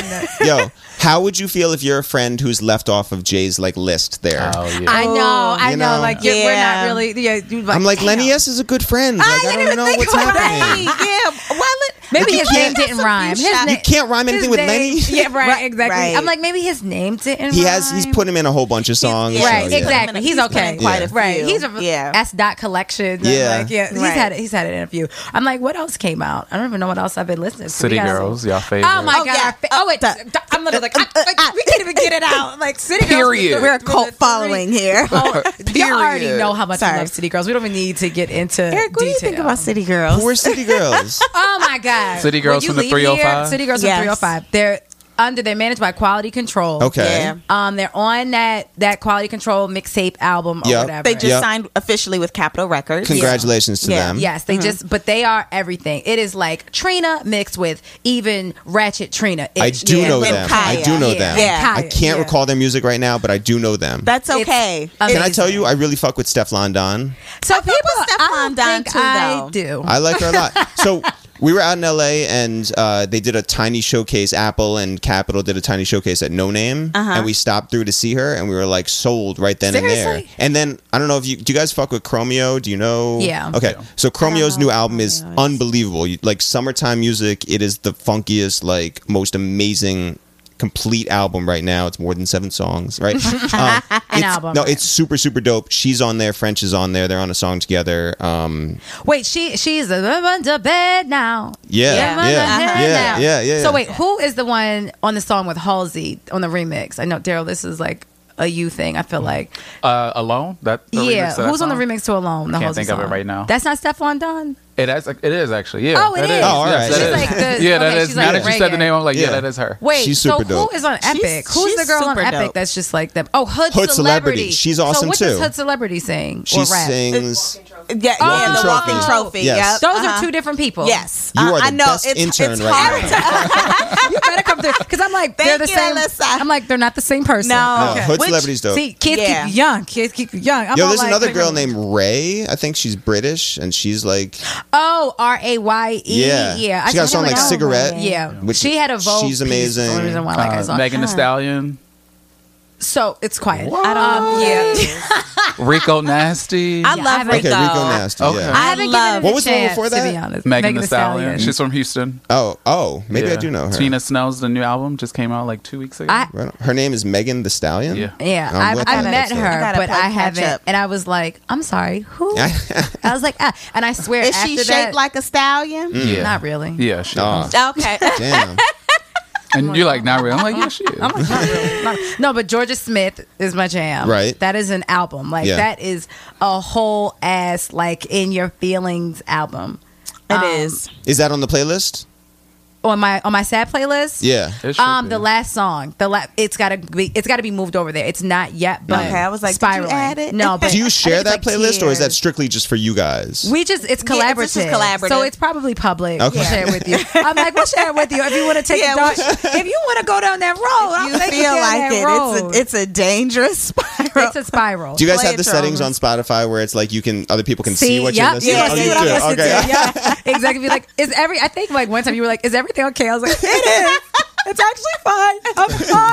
S3: Yo, How would you feel if you're a friend who's left off of Jay's like list there?
S1: Oh, yeah.
S2: I know, I
S3: you
S2: know,
S3: know.
S2: Like you're, we're
S5: Yeah.
S2: not really. Yeah, you
S3: I'm like
S2: damn.
S3: Lenny S is a good friend. Like,
S2: I
S3: I,
S2: didn't even
S3: don't know
S2: think
S3: what's
S2: about that.
S3: happening.
S5: yeah. Well, it,
S2: Maybe
S3: you
S2: his name
S3: can't-
S2: didn't
S5: that's a
S2: rhyme.
S5: few
S2: His
S5: shots.
S2: na-
S3: You can't rhyme
S2: his
S3: anything with
S2: name-
S3: Lenny.
S2: Yeah, right,
S5: Right,
S2: exactly.
S5: right.
S2: I'm like, maybe his name didn't.
S3: He
S2: rhyme.
S3: has he's put him in a whole bunch of songs.
S5: yeah.
S3: so,
S2: right,
S3: yeah.
S2: exactly. He's,
S5: He's put
S2: okay.
S5: in quite a
S2: Right,
S5: few.
S2: he's a
S5: Yeah.
S2: S dot collection.
S3: Yeah.
S2: like, yeah. He's
S5: Right.
S2: had it. He's had it in a few. I'm like, what else came out? I don't even know what else I've been listening to.
S1: City
S2: We got some-
S1: Girls, y'all favorite.
S2: Oh my
S5: Oh,
S2: god!
S5: yeah.
S2: our fa- Oh wait,
S5: Uh,
S2: I'm literally like, I,
S5: *laughs*
S2: like, we can't even get it out. I'm Like City Girls.
S1: Period.
S5: we're a cult
S2: *laughs*
S5: following here.
S2: Oh, you already
S1: Period.
S2: know how much I
S5: Sorry.
S2: love City Girls. We don't even need to get into
S5: Eric, what do you think
S2: detail.
S5: about City Girls?
S3: Poor City Girls.
S2: Oh my God.
S1: *laughs* City Girls
S2: When you
S1: from the
S2: leave here-
S1: 305?
S2: City Girls
S5: Yes.
S2: from 305. They're under, they're managed by Quality Control.
S3: Okay.
S5: Yeah.
S2: Um, they're on that that Quality Control mixtape album or
S3: Yep.
S2: whatever.
S5: They just
S3: Yeah.
S5: signed officially with Capitol Records.
S3: Congratulations to
S5: Yeah.
S3: them.
S2: Yes, they just, but they are everything. It is like Trina mixed with even Ratchet Trina.
S3: I do
S5: Yeah.
S3: know
S5: And
S3: them. I
S5: Kaya.
S3: do know
S2: Yeah.
S3: them.
S5: Yeah.
S3: I can't
S2: Yeah.
S3: recall their music right now, but I do know them.
S5: That's okay.
S2: amazing.
S3: Can I tell you, I really fuck with Stefan Don.
S2: So people, I
S5: Stefan
S2: don't
S5: Don
S2: think
S5: too,
S2: I
S5: though.
S2: do.
S3: I like her a lot. So we were out in LA and uh, they did a tiny showcase. Apple and Capitol did a tiny showcase at No Name,
S2: Uh-huh.
S3: and we stopped through to see her, and we were like sold right then and there.
S2: Seriously?
S3: And then I don't know if you do you guys fuck with Chromeo? Do you know?
S2: Yeah.
S3: Okay. So Chromeo's new album is unbelievable. You, like summertime music, it is the funkiest, like most amazing. Complete album right now. It's more than seven
S2: *laughs*
S3: songs, right? Um, it's-
S2: album,
S3: No,
S2: right.
S3: it's super, super dope. She's on there. French is on there. They're on a song together. Um,
S2: Wait, she she's a, I'm under bed now.
S5: Yeah.
S3: yeah, yeah, yeah,
S5: Uh-huh.
S3: yeah, yeah, yeah.
S2: So wait, who is the one on the song with Halsey on the remix? I know Daryl, this is like a you thing. I feel like
S1: Uh, Alone? That the remix
S2: yeah.
S1: of that
S2: Who's on the
S1: song?
S2: remix to Alone? The
S1: Can't
S2: Halsey
S1: think of it
S2: song?
S1: right now.
S2: That's not Stefan Don.
S1: It is, it is actually. Yeah.
S2: Oh, it
S1: that
S2: is.
S1: is.
S3: Oh, all
S1: Yes,
S3: right.
S1: that
S2: She's
S1: is.
S2: like the-
S1: yeah,
S2: okay,
S1: that is.
S2: she's
S1: Now
S2: like
S1: that you said the
S2: reggae.
S1: name, I'm like, yeah,
S3: Yeah.
S1: that is her.
S2: Wait,
S3: She's
S2: so
S3: super dope.
S2: who is on Epic?
S5: She's-
S2: Who's the
S5: she's
S2: girl on
S5: super
S2: Epic
S5: dope.
S2: that's just like them? Oh, Hood,
S3: Hood
S2: Celebrity.
S3: Celebrity. She's
S2: so
S3: awesome,
S2: what does
S3: too.
S2: Hood Celebrity sing?
S3: She
S2: or rap? Oh,
S3: sings.
S5: Yeah,
S2: Walking
S5: yeah, the
S2: Trophy.
S3: Uh,
S5: walking trophy.
S3: Yes.
S5: Yep.
S2: Those
S5: Uh-huh.
S2: are two different people.
S5: Yes,
S3: You
S5: Uh,
S3: are the
S5: I know.
S3: best
S5: it's,
S3: intern
S5: it's
S3: right
S5: hard
S3: now.
S5: to-
S2: you better come through because I'm like they're
S5: Thank
S2: the
S5: you,
S2: same.
S5: Alyssa.
S2: I'm like they're not the same person.
S5: No.
S3: Uh, Hood
S5: Which-
S3: celebrities dope.
S2: See, kids
S5: Yeah.
S2: keep you young. Kids keep you young. I'm
S3: Yo,
S2: all
S3: there's
S2: like,
S3: another girl named Ray. I think she's British, and she's like,
S2: *gasps* Oh, R A Y E.
S3: Yeah.
S2: Yeah,
S3: She got a
S2: saw
S3: song
S2: her
S3: like
S2: on-
S3: Cigarette,
S2: Yeah,
S3: which
S2: she had a vote.
S3: she's amazing.
S2: The only reason why I like her
S1: Uh,
S2: song.
S1: Megan Thee Stallion,
S2: So it's quiet.
S1: What?
S2: I don't. Um, yeah,
S1: *laughs* Rico Nasty.
S5: I love
S2: haven't-
S5: Rico.
S3: okay, Rico Nasty.
S1: Okay.
S3: Yeah.
S2: I haven't
S5: love-
S2: given it a
S3: What was the one
S2: chance,
S3: before that?
S2: To be honest,
S1: Megan, Thee Stallion.
S2: Stallion.
S1: She's from Houston.
S3: Oh, oh, maybe I
S1: Yeah.
S3: do know her.
S1: Tina Snell's the new album just came out like two weeks ago.
S2: I-
S3: Right on. Her name is Megan the Stallion.
S1: Yeah.
S2: Yeah,
S3: I'm
S2: I,
S3: with
S2: I
S3: that
S2: met
S3: episode.
S2: her,
S5: I gotta
S2: but
S5: play
S2: I
S5: catch
S2: haven't.
S5: up.
S2: And I was like, I'm sorry,
S3: *laughs*
S2: who? I was like, ah. and I swear,
S5: Is
S2: after
S5: she shaped
S2: that,
S5: like a stallion?
S1: yeah.
S2: not really.
S1: Yeah, she.
S3: Mm. Aw,
S5: Okay.
S3: *laughs* damn.
S1: And you're like, not real. I'm like, yeah, she is.
S2: I'm like, not really. Not- no, but Georgia Smith is my jam.
S3: Right.
S2: That is an album. Like
S3: Yeah.
S2: that is a whole ass like in your feelings album.
S5: It is.
S3: Is that on the playlist?
S2: On my on my sad playlist.
S3: Yeah.
S1: It should
S2: Um,
S1: be.
S2: the last song, the la- it's gotta be, it's gotta be moved over there. It's not yet, but
S5: Okay, I was like, did you
S2: spiraling.
S5: add it?
S3: *laughs*
S2: No, but
S3: Do
S2: I
S3: you
S2: think
S3: share
S2: it's
S3: that
S2: like
S3: playlist, or is that
S2: tears.
S3: strictly just for you guys?
S2: We just it's
S5: Yeah,
S2: collaborative.
S5: it's just collaborative.
S2: So it's probably public.
S3: Okay.
S2: We'll share it
S5: *laughs*
S2: with you. I'm like, we'll share it with you if you want to take
S5: Yeah,
S2: it down. if you want to go down that road, I'll
S5: You
S2: take you
S5: feel
S2: down
S5: like
S2: that
S5: it.
S2: road.
S5: It's a, it's a dangerous *laughs* spiral.
S2: It's a spiral.
S3: do you guys
S5: play
S3: have the
S5: it,
S3: settings on
S5: Charles.
S3: Spotify where it's like you can other people can see, what you're
S2: yep,
S3: listening?
S2: yeah,
S3: oh,
S2: see
S3: you
S2: what I'm
S3: do.
S2: listening
S3: Okay.
S2: to. Yeah, *laughs* exactly. Be like, is every? I think like one time you were like, is everything okay? I was like, it is. It's actually fine.
S5: *laughs*
S2: I'm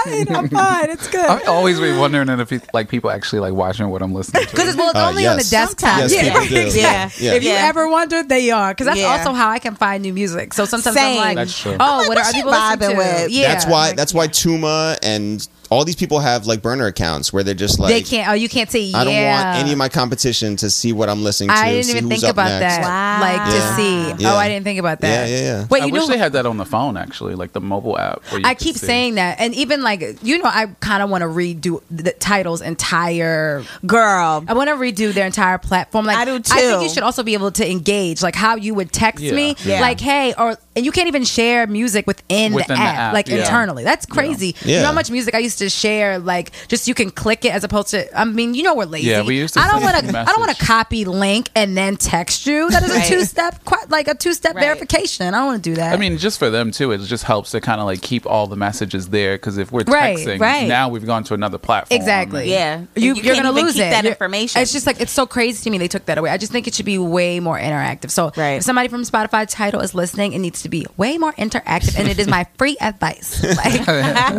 S2: fine. I'm fine. It's
S1: I
S2: good.
S1: always be wondering if pe- like people actually like watching what I'm listening
S5: *laughs*
S1: to.
S2: Because
S3: *laughs*
S2: it's, well, it's
S3: Uh,
S2: only on the
S3: yes.
S2: desktop. *laughs*
S3: Yes,
S2: yeah,
S3: people
S2: right,
S3: do.
S2: exactly.
S3: Yeah, yeah.
S2: If you
S5: Yeah.
S2: ever wondered, they are. Because that's
S5: Yeah.
S2: also how I can find new music. So sometimes
S5: Same.
S2: I'm like,
S1: That's true.
S2: oh,
S1: I'm
S2: what
S5: what's
S2: are
S5: she
S2: people listening to?
S5: vibing with?
S2: Yeah,
S3: That's why.
S2: Like,
S3: that's why Tuma and all these people have like burner accounts where they're just like
S2: they can't. Oh, you can't see.
S3: I don't want
S2: yeah.
S3: any of my competition to see what I'm listening to.
S2: I
S3: see
S2: didn't even
S3: who's
S2: think
S3: up
S2: about
S3: next.
S2: that.
S5: Wow.
S2: Like to
S3: Yeah.
S2: see.
S3: Yeah.
S2: Oh, I didn't think about that.
S3: Yeah, yeah, yeah.
S2: Wait,
S1: I
S2: you
S1: wish
S2: know,
S1: they had that on the phone actually, like the mobile app. Where you
S2: I
S1: could
S2: keep
S1: see.
S2: saying that, and even like you know, I kind of want to redo the titles entire.
S5: Girl.
S2: I want to redo their entire platform. Like
S5: I do
S2: I think
S5: too.
S2: you should also be able to engage, like how you would text
S1: Yeah.
S2: me,
S1: Yeah.
S2: like hey, or and you can't even share music within, the,
S1: Within
S2: app,
S1: the app,
S2: like
S1: yeah.
S2: internally. That's crazy. You
S3: Yeah.
S2: know how much music I used to share, like just you can click it as opposed to. I mean, you know we're lazy.
S1: Yeah, we used to
S2: I don't
S1: send
S2: want to.
S1: you
S2: I don't want to
S1: message.
S2: copy link and then text you. That is
S5: Right.
S2: a two step, like a two step
S5: Right.
S2: verification. I don't want to do that.
S1: I mean, just for them too, it just helps to kind of like keep all the messages there. Because if we're
S2: Right,
S1: texting,
S2: right.
S1: now we've gone to another platform.
S2: Exactly.
S5: Yeah. You
S2: You, you are
S5: can't
S2: gonna
S5: even
S2: lose
S5: keep
S2: it.
S5: that
S2: You're-
S5: information.
S2: It's just like it's so crazy to me they took that away. I just think it should be way more interactive. So
S5: Right.
S2: if somebody from Spotify title is listening, it needs to to be way more interactive, and it is my free *laughs* advice. Like,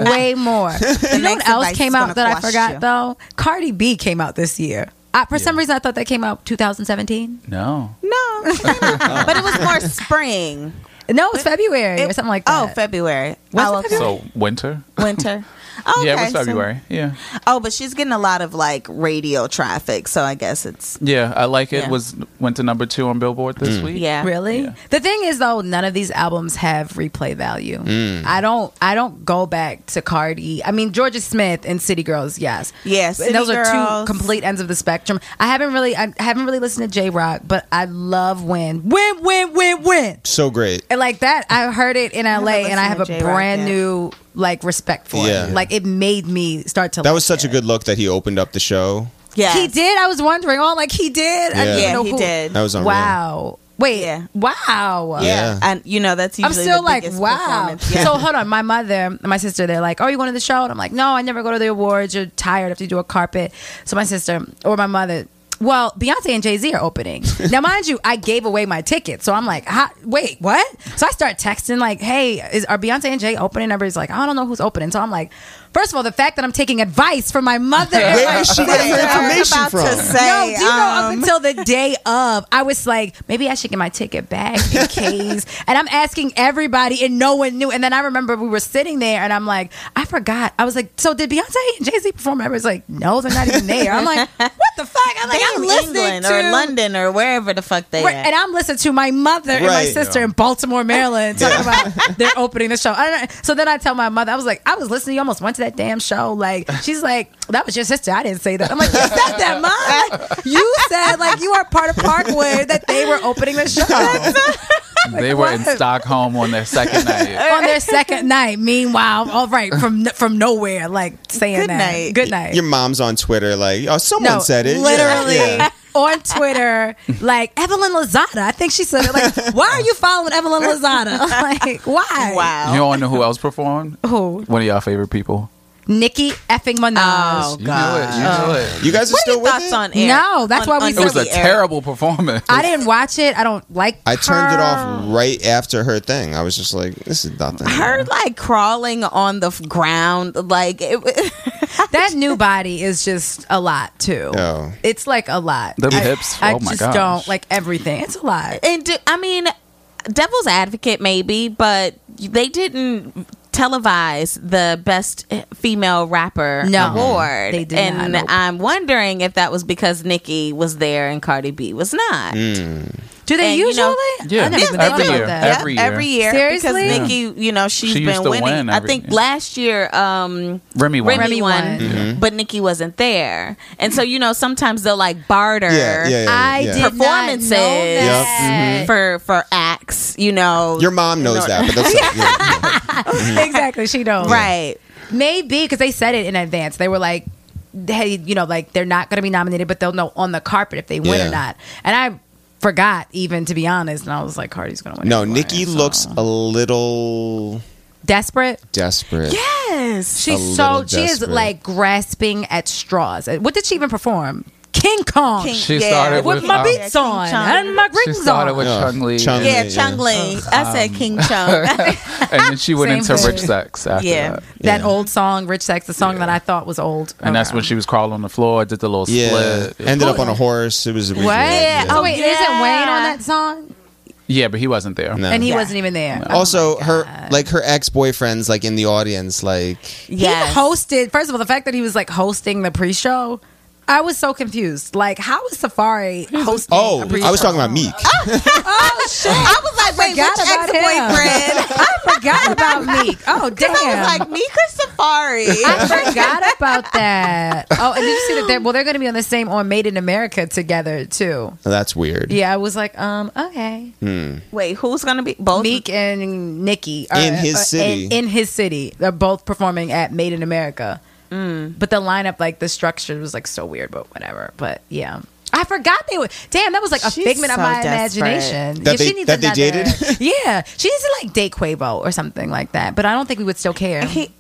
S2: way more. You know what
S5: next
S2: else
S5: advice is
S2: came out
S5: gonna
S2: that I
S5: cost
S2: forgot
S5: you.
S2: though? Cardi B came out this year. I, for some reason, I thought that came out 2017.
S1: No.
S5: No, but it was more spring
S2: No, it's February or something like that.
S5: Oh, February.
S2: Was it
S5: oh, okay.
S1: So winter.
S5: winter. Oh,
S1: *laughs* yeah, it was
S5: okay, so-
S1: February. yeah.
S5: oh, but she's getting a lot of like radio traffic, so I guess it's
S1: Yeah, I like it.
S5: Yeah.
S1: Was went to number two on Billboard this week.
S5: yeah.
S2: Really?
S1: Yeah.
S2: The thing is though, none of these albums have replay value.
S3: Mm.
S2: I don't I don't go back to Cardi. I mean Georgia Smith and City Girls, yes.
S5: Yeah,
S2: and
S5: City
S2: those are
S5: Girls.
S2: two complete ends of the spectrum. I haven't really I haven't really listened to J Rock, but I love Win. Win, win, win, win.
S3: So great.
S2: And like that, I heard it in LA and I have a
S5: listened to J-Rock
S2: brand
S5: yet.
S2: new like respect for
S3: Yeah.
S2: it. Like it made me start to
S3: That
S2: like
S3: was such
S2: it.
S3: a good look that he opened up the show.
S5: Yeah.
S2: He did. I was wondering. Oh, like he did. I
S3: Yeah.
S2: didn't
S5: Yeah,
S2: know
S5: he
S2: who-
S5: did.
S3: That was unreal.
S2: Wow. Wait.
S5: Yeah.
S2: Wow.
S3: Yeah.
S5: And you know that's
S2: I'm
S5: usually
S2: still
S5: the
S2: like,
S5: biggest
S2: wow.
S5: performance. Yeah.
S2: So hold on, my mother, and my sister, they're like, oh, you going to the show? And I'm like, no, I never go to the awards. You're tired after you do a carpet. So my sister or my mother. Well, Beyonce and Jay Z
S5: *laughs*
S2: are opening. now, mind you, I gave away my ticket. So I'm like, "Huh? wait, what? So I start texting, like, hey, is, are Beyonce and Jay opening? Everybody's like, I don't know who's opening. So I'm like, first of all, the fact that I'm taking advice from my
S5: *laughs*
S2: mother. and my
S3: Where is she getting
S5: I
S3: her
S5: was
S3: information
S5: about to
S3: from?
S5: say,
S2: no, do you know up
S5: um,
S2: until the day of, I was like, maybe I should get my ticket back
S5: *laughs*
S2: in case. and I'm asking everybody, and no one knew. And then I remember we were sitting there, and I'm like, I forgot. I was like, so did Beyonce and Jay Z perform? Everybody's like, no, they're not even there. I'm like, what the fuck? I'm like,
S5: Damn,
S2: I'm listening
S5: England
S2: to
S5: or London or wherever the fuck they
S2: Right,
S5: at.
S2: and I'm listening to my mother and my
S3: Right.
S2: sister in Baltimore, Maryland,
S5: *laughs*
S2: talking about they're opening the show. I don't know. So then I tell my mother, I was like, I was listening. You almost went to that damn show. Like she's like, that was your sister. I didn't say that. I'm like, you said that, mom. Like, you said like you are part of Parkwood that they were opening the show
S1: They were
S5: *laughs*
S1: in
S2: what?
S1: Stockholm on their second night.
S2: on their second night. Meanwhile, all right, from from nowhere, like saying
S5: Good
S2: that.
S5: night.
S2: Good night.
S3: Your mom's on Twitter, like, oh, someone said it. Yeah,
S2: Literally *laughs*
S3: yeah.
S2: on Twitter, like Evelyn Lozada. I think she said it. Like, why are you following Evelyn Lozada? *laughs* Like, why?
S5: wow.
S1: You don't know who else performed?
S2: Who?
S1: One of y'all favorite people.
S2: Nicki effing Minaj.
S5: Oh,
S1: You knew it. You knew it.
S3: You guys are
S5: What are
S3: still
S5: your
S3: with
S5: thoughts
S3: it?
S5: on air?
S2: No, that's
S5: On-
S2: why we
S5: on
S2: said-
S1: It was a
S5: the air?
S1: terrible performance.
S2: I didn't watch it. I don't like.
S3: I turned it
S2: her.
S3: off right after her thing. I was just like, this is nothing.
S5: Her like crawling on the f- ground, like it, *laughs*
S2: That new body is just a lot too.
S3: Oh.
S2: It's like a lot.
S1: Them
S2: I,
S1: hips.
S2: I
S1: Oh my
S2: just
S1: gosh.
S2: don't like everything. It's a lot.
S5: and do, I mean, devil's advocate maybe, but they didn't televise the best eh, female rapper
S2: No.
S5: award.
S2: They did not,
S5: and
S2: nope.
S5: I'm wondering if that was because Nicki was there and Cardi B was not.
S3: Hmm. Mm.
S2: Do they
S5: And, you
S2: usually?
S5: know-
S1: Yeah,
S2: I never
S1: Yeah, every
S2: even thought about
S1: year.
S2: that.
S1: Every
S5: Yep,
S1: year.
S5: every year.
S2: Seriously?
S5: because Nicki, you know, she's
S1: She used
S5: been
S1: to
S5: winning.
S1: win
S5: I
S1: every-
S5: think
S1: yeah.
S5: last year, um,
S1: Remy won.
S5: Remy,
S2: Remy
S5: won,
S2: won.
S3: Mm-hmm.
S5: but Nikki wasn't there, and so you know sometimes they'll like barter
S3: Yeah, Mm-hmm. yeah, yeah.
S2: I
S3: yeah.
S2: did not know
S5: Performances.
S2: that.
S5: for for acts. You know,
S3: Mm-hmm. Your mom knows that,
S2: *laughs*
S3: but that's yeah, yeah.
S2: exactly. She
S3: *laughs*
S2: knows.
S5: right?
S2: Maybe because they said it in advance. They were like, "Hey, you know, like they're not going to be nominated, but they'll know on the carpet if they win
S3: Yeah.
S2: or not." And I forgot even to be honest, and I was like, "Cardi's going to win."
S3: No,
S2: anyway,
S3: Nikki
S2: so.
S3: looks a little
S2: desperate.
S3: desperate.
S5: Yes.
S3: A
S2: She's so
S3: little
S2: she is
S3: desperate.
S2: like grasping at straws. Uh, What did she even perform? King Kong
S1: She started
S2: with my
S1: uh,
S2: beats
S5: King
S2: on
S5: Chong.
S2: and my
S1: She
S2: rings
S1: started
S2: on.
S1: with
S3: Yeah.
S1: Chung Lee,
S3: Chung
S5: Yeah,
S3: Yeah.
S5: Chung Ling. I said King Chung.
S1: *laughs* and then she went
S2: Same
S1: into
S2: thing.
S1: Rich Sex after
S5: Yeah.
S1: that.
S2: that
S3: Yeah.
S2: old song, Rich Sex, the song that I thought was old.
S1: And that's when she was crawling on the floor, did the little
S3: Yeah,
S1: split.
S3: ended up on a horse. It was a
S2: What? Oh wait, isn't
S5: Yeah.
S2: Wayne on that song?
S1: Yeah, but he wasn't there.
S3: No.
S2: And he
S5: Yeah.
S2: wasn't even there.
S5: Oh
S3: also her like her ex boyfriend's like in the audience. Like
S5: yes.
S2: He hosted, first of all, the fact that he was like hosting the pre show, I was so confused. Like, how is Safari
S5: *laughs*
S2: hosting?
S3: oh,
S2: a pre-show?
S3: I was talking about Meek.
S5: Ah!
S2: Oh, shit.
S5: I was like, wait, which
S2: Forgot about him.
S5: ex-boyfriend?
S2: *laughs* I
S5: *laughs*
S2: forgot about Meek. Oh, damn.
S5: I was like, Mika Safari.
S2: *laughs* I forgot about that. Oh, and did you see that they're well, they're going to be on the same on Made in America together too.
S3: That's weird.
S2: Yeah, I was like, um, okay,
S5: wait, who's gonna be both?
S2: Meek and Nicki are,
S3: In his
S2: are-
S3: city.
S2: In, in his city, they're both performing at Made in America.
S5: Mm.
S2: But the lineup, like the structure, was like so weird. But whatever. But yeah. I forgot they were. Damn, that was like a
S5: She's
S2: figment of
S5: so
S2: my
S5: desperate.
S2: imagination.
S3: That they- that they dated? *laughs*
S2: yeah, she needs to like date Quavo or something like that. But I don't think we would still care.
S5: He-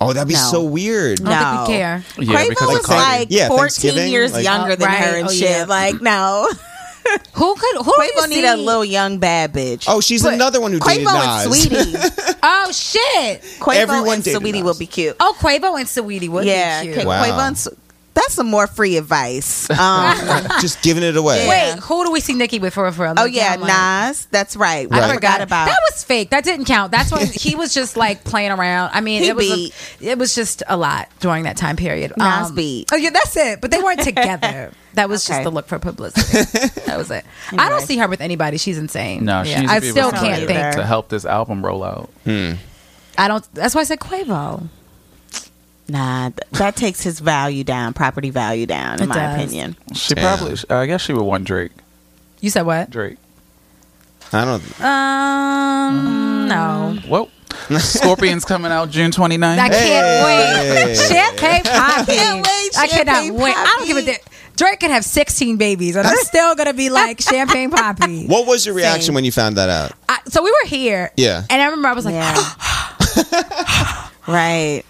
S3: Oh, that'd be
S5: No.
S3: so weird.
S2: I don't think we
S5: No.
S2: care.
S1: Yeah,
S5: Quavo
S1: because of
S5: was
S1: Cardi.
S5: like
S3: Yeah,
S5: 14
S3: Thanksgiving,
S5: years
S3: like-
S5: younger than
S2: Right,
S5: her and
S2: oh,
S5: shit. *laughs*
S2: yeah.
S5: Like, no.
S2: Who could? Who do you
S5: Quavo need a
S2: see?
S5: little young bad bitch.
S3: Oh, she's another one who dated
S5: Quavo and
S3: Nas.
S5: Sweetie.
S2: Oh shit!
S5: Quavo
S3: Everyone
S5: and
S3: dated
S5: Sweetie
S3: Nas.
S5: will be cute.
S2: Oh, Quavo and Saweetie would
S5: yeah,
S2: be
S5: Qu-
S2: cute.
S3: Wow.
S5: Quavo and Swe- that's some more free advice. Um,
S3: Just giving it away.
S5: Yeah.
S2: Wait, who do we see Nicki with for real? For real?
S5: oh
S2: Like,
S5: yeah,
S2: I'm like-
S5: Nas. That's right.
S3: Right.
S5: I forgot about
S2: that was fake. That didn't count. That's when he was just like playing around. I mean,
S5: He
S2: it was a,
S5: beat.
S2: it was just a lot during that time period.
S5: Nas beat.
S2: Oh yeah, that's it. But they weren't
S5: *laughs*
S2: together. That was just
S5: Okay.
S2: the look for publicity. that was it. I don't
S5: Anyway.
S2: see her with anybody. She's insane.
S1: No,
S2: Yeah.
S1: she needs
S2: I
S1: to be
S2: still
S1: with
S2: can't
S1: somebody
S2: think.
S1: to help this album roll out.
S2: I don't. That's why I said Quavo.
S5: Nah, th- that takes his value down, property value down, in
S2: It
S5: my
S2: does.
S5: opinion.
S1: She
S3: Damn.
S1: probably, I guess she would want Drake.
S2: You said what?
S1: Drake.
S3: I don't.
S2: Um, no.
S1: Well, Scorpion's coming out June 29th.
S2: I can't
S3: Hey.
S2: wait. Champagne poppy.
S5: Can't wait,
S2: I cannot
S5: champagne
S2: wait. I don't give a
S5: poppy.
S2: damn. Drake could have 16 babies, and I'm still going to be like champagne poppy.
S3: What was your reaction when you found that out?
S2: I, so we were here.
S3: Yeah.
S2: And I remember I was like,
S5: Yeah. *gasps* right.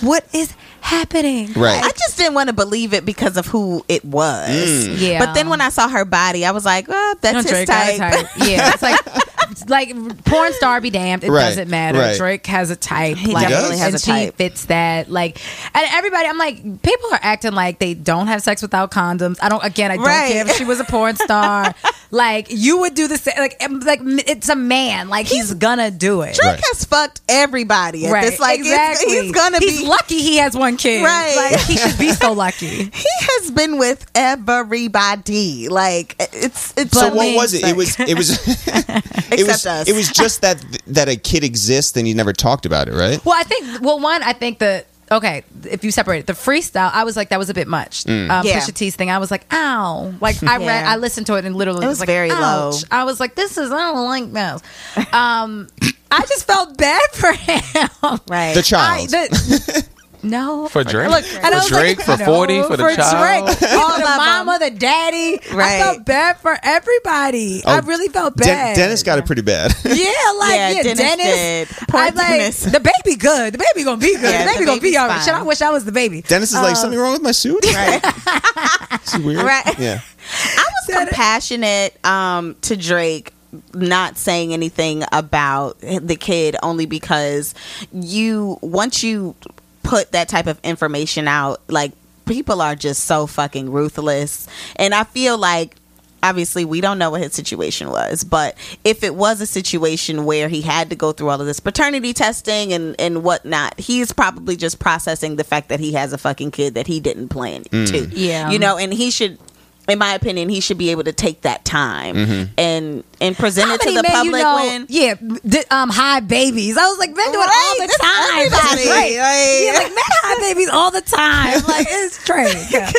S2: what is *gasps* happening?
S3: Right.
S5: I just didn't want to believe it because of who it was.
S3: Mm.
S2: Yeah.
S5: But then when I saw her body, I was like, well, that's
S2: You know,
S5: his
S2: Drake got a
S5: type.
S2: type. Yeah. It's like, it's like porn star be damned. It
S3: Right,
S2: doesn't matter.
S3: right.
S2: Drake has a type.
S5: He
S2: like,
S3: definitely
S5: has
S2: and
S5: a type.
S2: she fits that. Like, and everybody, I'm like, people are acting like they don't have sex without condoms. I don't, again, I don't
S5: Right.
S2: care if she was a
S5: *laughs*
S2: porn star. like, you would do the same. Like, em- like, m- it's a man. Like, he's, gonna do it.
S5: Drake
S3: Right.
S5: has fucked everybody. At
S2: Right,
S5: this. Like, it's-
S2: exactly.
S5: he's gonna
S2: He's
S5: be.
S2: lucky he has one kid.
S5: Right.
S2: like, he should be
S5: *laughs*
S2: so lucky.
S5: he has been with everybody. Like, it's it's.
S3: so what was it? It was it was *laughs* it
S5: *laughs*
S3: was
S5: Except us.
S3: it was just that that a kid exists and you never talked about it, right?
S2: Well, I think well one, I think the okay, if you separate it, the freestyle, I was like that was a bit much.
S1: Mm.
S2: Um,
S5: Yeah.
S2: Pusha T's thing, I was like, ow, like I read,
S5: Yeah.
S2: I listened to it and literally
S5: It was
S2: like,
S5: very low.
S2: ouch. I was like, this is I don't like this. Um, I just felt bad for him.
S5: right.
S3: The
S2: I,
S1: *laughs*
S3: child.
S2: the, no.
S5: uh,
S1: for Drake.
S2: Look,
S1: for
S2: and I was
S1: Drake,
S2: like,
S1: for
S2: no,
S1: 40, for the child.
S2: Drake, all the
S5: of 'em.
S2: mama, the daddy. I
S5: Right.
S2: felt bad for everybody.
S1: Oh,
S2: I really felt
S3: Den-
S2: bad.
S3: Dennis got it pretty bad. *laughs*
S2: Yeah, like yeah,
S5: Yeah,
S2: Dennis.
S5: Dennis did. Poor
S2: I like
S5: Dennis.
S2: the baby good. The baby gonna be good.
S5: Yeah,
S2: the baby
S5: the
S2: gonna be
S5: baby's
S2: all right.
S5: fine.
S2: Shit, I wish I was the baby.
S3: Dennis is
S5: Oh.
S3: like something wrong with my suit. Right. *laughs* is he weird?
S5: Right.
S3: Yeah.
S5: I was compassionate um, to Drake not saying anything about the kid only because you once you put that type of information out like people are just so fucking ruthless and I feel like obviously we don't know what his situation was but if it was a situation where he had to go through all of this paternity testing and and whatnot he's probably just processing the fact that he has a fucking kid that he didn't plan
S3: Mm.
S5: to
S2: Yeah.
S5: you know and he should in my opinion he should be able to take that time and and present
S2: How
S5: it to
S2: many
S5: the
S2: men
S5: public
S2: you know?
S5: when
S2: Yeah, d- um, high babies. I was like, men do it
S5: Right,
S2: all the
S5: that's
S2: time.
S5: everybody,
S2: Right.
S5: like-
S2: yeah, like men high babies all the time. Like
S5: *laughs*
S2: it's Drake. Yeah.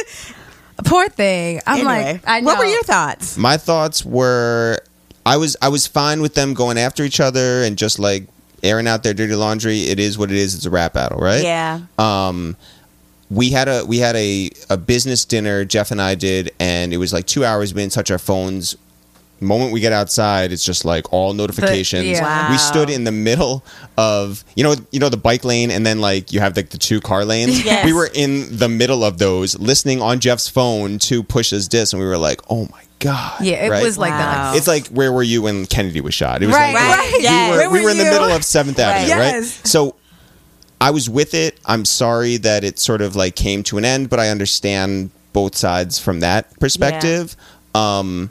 S2: Poor thing. I'm
S5: Anyway,
S2: like, I know.
S5: what were your thoughts
S3: My thoughts were, I was I was fine with them going after each other and just like airing out their dirty laundry. It is what it is. It's a rap battle, right? Um,
S5: yeah
S3: we had a we had a, a business dinner jeff and i did and it was like two hours we didn't touch our phones moment we get outside it's just like all notifications
S2: yeah. Wow.
S3: we stood in the middle of you know you know the bike lane and then like you have like the two car lanes
S5: Yes.
S3: we were in the middle of those listening on jeff's phone to push his disc and we were like oh my god
S2: Yeah, it
S3: right?
S2: was like
S5: Wow.
S2: that.
S3: it's like where were you when kennedy was shot it was
S2: Right,
S3: like
S2: right.
S5: we
S2: yes.
S3: we
S5: were-
S3: were,
S2: Where
S3: we were in the
S2: you?
S3: middle of Seventh Avenue,
S2: Right.
S3: right?
S2: Yes.
S3: So I was with it. I'm sorry that it sort of like came to an end, but I understand both sides from that perspective. Um,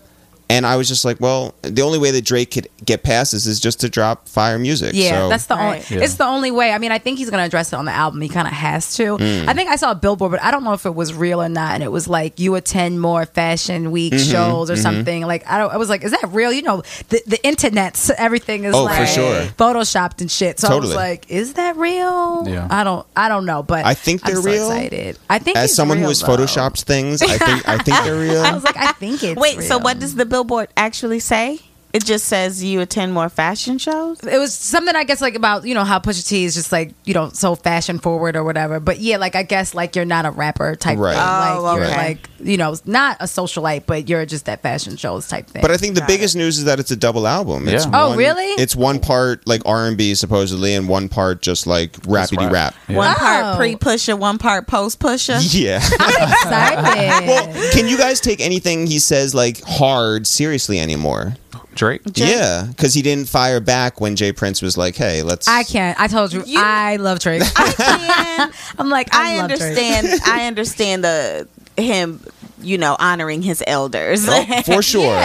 S3: and I was just like, well, the only way that Drake could get past this is just to drop fire music.
S2: Yeah,
S3: so,
S2: that's the
S5: Right.
S2: only. It's the only way. I mean, I think he's gonna address it on the album. He kind of has to.
S3: Mm.
S2: I think I saw a billboard, but I don't know if it was real or not. And it was like you attend more fashion week
S3: Mm-hmm,
S2: shows or something. Like I don't. I was like, is that real? You know, the the internet, everything is
S3: Oh, for
S2: like
S3: sure.
S2: photoshopped and shit. So I was
S3: Totally.
S2: like, is that real?
S1: Yeah.
S2: I don't. I don't know, but
S3: I think
S2: I'm
S3: they're
S2: so
S3: real.
S2: Excited. I think
S3: as
S2: it's
S3: someone
S2: real,
S3: who has
S2: though. *laughs*
S3: photoshopped things, I think I think they're
S5: *laughs*
S3: real.
S2: I was like, I think it's
S5: wait so
S2: real.
S5: what does the billboard actually say It just says you attend more fashion shows.
S2: it was something I guess like about you know how Pusha T is just like you know so fashion forward or whatever. But yeah, like I guess like you're not a rapper type
S3: Right.
S2: thing. Like
S5: Oh,
S2: you're
S5: okay.
S2: like you know not a socialite, but you're just that fashion shows type thing.
S3: But I think the biggest news is that it's a double album. It's
S1: Yeah.
S2: Oh,
S3: one-
S2: really?
S3: It's one part like R and B supposedly, and one part just like rappity
S1: rap.
S3: rap.
S1: Yeah.
S5: One
S2: Oh.
S5: part pre pusher, one part post pusher.
S3: *laughs*
S2: *laughs*
S3: Yeah. *laughs*
S2: excited.
S3: Can you guys take anything he says like hard seriously anymore?
S1: Drake.
S3: Yeah, because he didn't fire back when Jay Prince was like, "Hey, let's."
S2: I can't. I told you,
S5: You-
S2: I love Drake.
S5: I,
S2: *laughs* I'm like
S5: I
S2: I, love Drake. *laughs*
S5: understand. I understand the him, you know, honoring his elders.
S3: Oh,
S2: *laughs*
S3: for sure.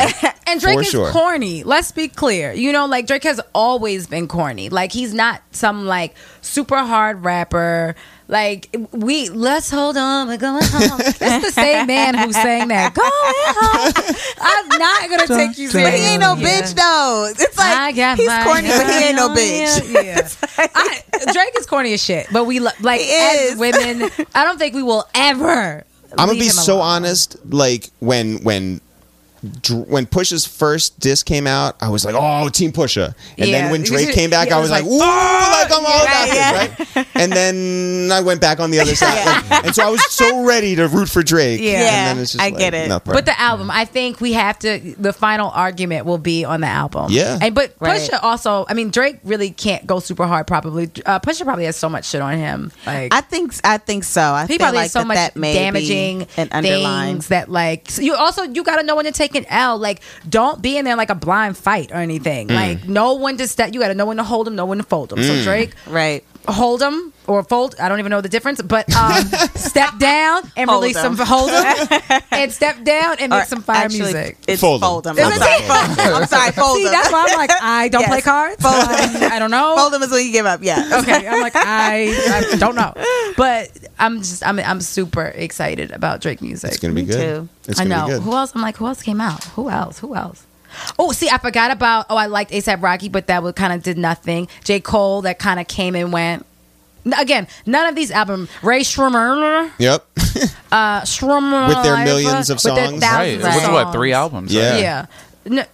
S2: And Drake
S3: For
S2: is
S3: sure.
S2: corny. Let's be clear. You know, like Drake has always been corny. Like he's not some like super hard rapper. Like we let's hold on, we're going
S3: *laughs*
S2: home. That's the same man who sang that. Going home. I'm not gonna take you
S5: but
S2: seriously.
S5: he ain't no bitch though. It's
S2: I
S5: like
S2: got
S5: he's
S2: my
S5: corny, but he ain't no
S2: eye on
S5: bitch.
S2: him. *laughs* Yeah. I, Drake is corny as shit, but we lo- like
S5: He
S2: as
S5: is.
S2: women. I don't think we will ever.
S3: I'm gonna
S2: leave
S3: be
S2: him
S3: so
S2: alone.
S3: honest. Like when when Dr- when Push's first disc came out, I was like, "Oh, Team Pusha," and
S2: Yeah.
S3: then when
S2: You
S3: Drake
S2: should-
S3: came back,
S2: yeah,
S3: I
S2: it
S3: was
S2: was
S3: like,
S2: like,
S3: "Ooh, like I'm all
S5: Yeah,
S3: about this," right? And then I went back on
S2: *laughs*
S3: the other side, like- and so I was so ready to root for Drake.
S2: Yeah.
S3: and then it's just
S5: I
S3: like,
S5: get it.
S3: nothing.
S2: But the album, I think we have to. The final argument will be on the album.
S3: Yeah.
S2: And but
S5: Right.
S2: Pusha also. I mean, Drake really can't go super hard. Probably uh, Pusha probably has so much shit on him. Like
S5: I think I think so. I
S2: he
S5: feel
S2: probably
S5: like
S2: has so
S5: that,
S2: much
S5: that may be
S2: damaging
S5: an underlying.
S2: things that like so you also you got to know when to take an L. Like don't be in there like a blind fight or anything.
S5: Mm.
S2: Like know when to step. You got to know when to hold them, know when to fold them. So Drake.
S5: Right.
S2: Hold them or fold. I don't even know the difference, but um,
S5: *laughs*
S2: step down and
S5: Hold
S2: release
S5: 'em. *laughs*
S2: some. Hold them and step down and make
S5: Or
S2: some fire
S5: actually,
S2: music.
S5: It's
S3: Fold 'em.
S5: fold them. I'm
S3: Fold 'em.
S5: sorry, fold 'em. *laughs* I'm sorry, fold
S2: See,
S5: them.
S2: that's why I'm like, I don't
S5: Yes.
S2: play cards.
S5: Fold
S2: Um, I don't know.
S5: Fold them is when you give up. Yeah.
S2: *laughs* Okay, I'm like, I, I don't
S5: *laughs*
S2: know. But I'm just, I'm, I'm super excited about Drake music.
S3: it's gonna be
S5: Me
S3: good.
S5: too.
S3: It's
S2: I
S3: gonna
S2: know.
S3: be good.
S2: Who else? I'm like, who else came out? Who else? Who else? Oh, see, I forgot about. Oh, I liked ASAP Rocky, but that kind of did nothing. J. Cole, that kind of came and went. N- Again, none of these albums. Ray Shrummer,
S3: Yep.
S2: uh, Shrummer,
S3: With their millions of
S2: with their
S1: Right.
S3: songs.
S2: thousands
S1: It
S2: of
S1: was what three
S2: songs.
S1: albums.
S3: Yeah.
S1: Right?
S2: Yeah. No,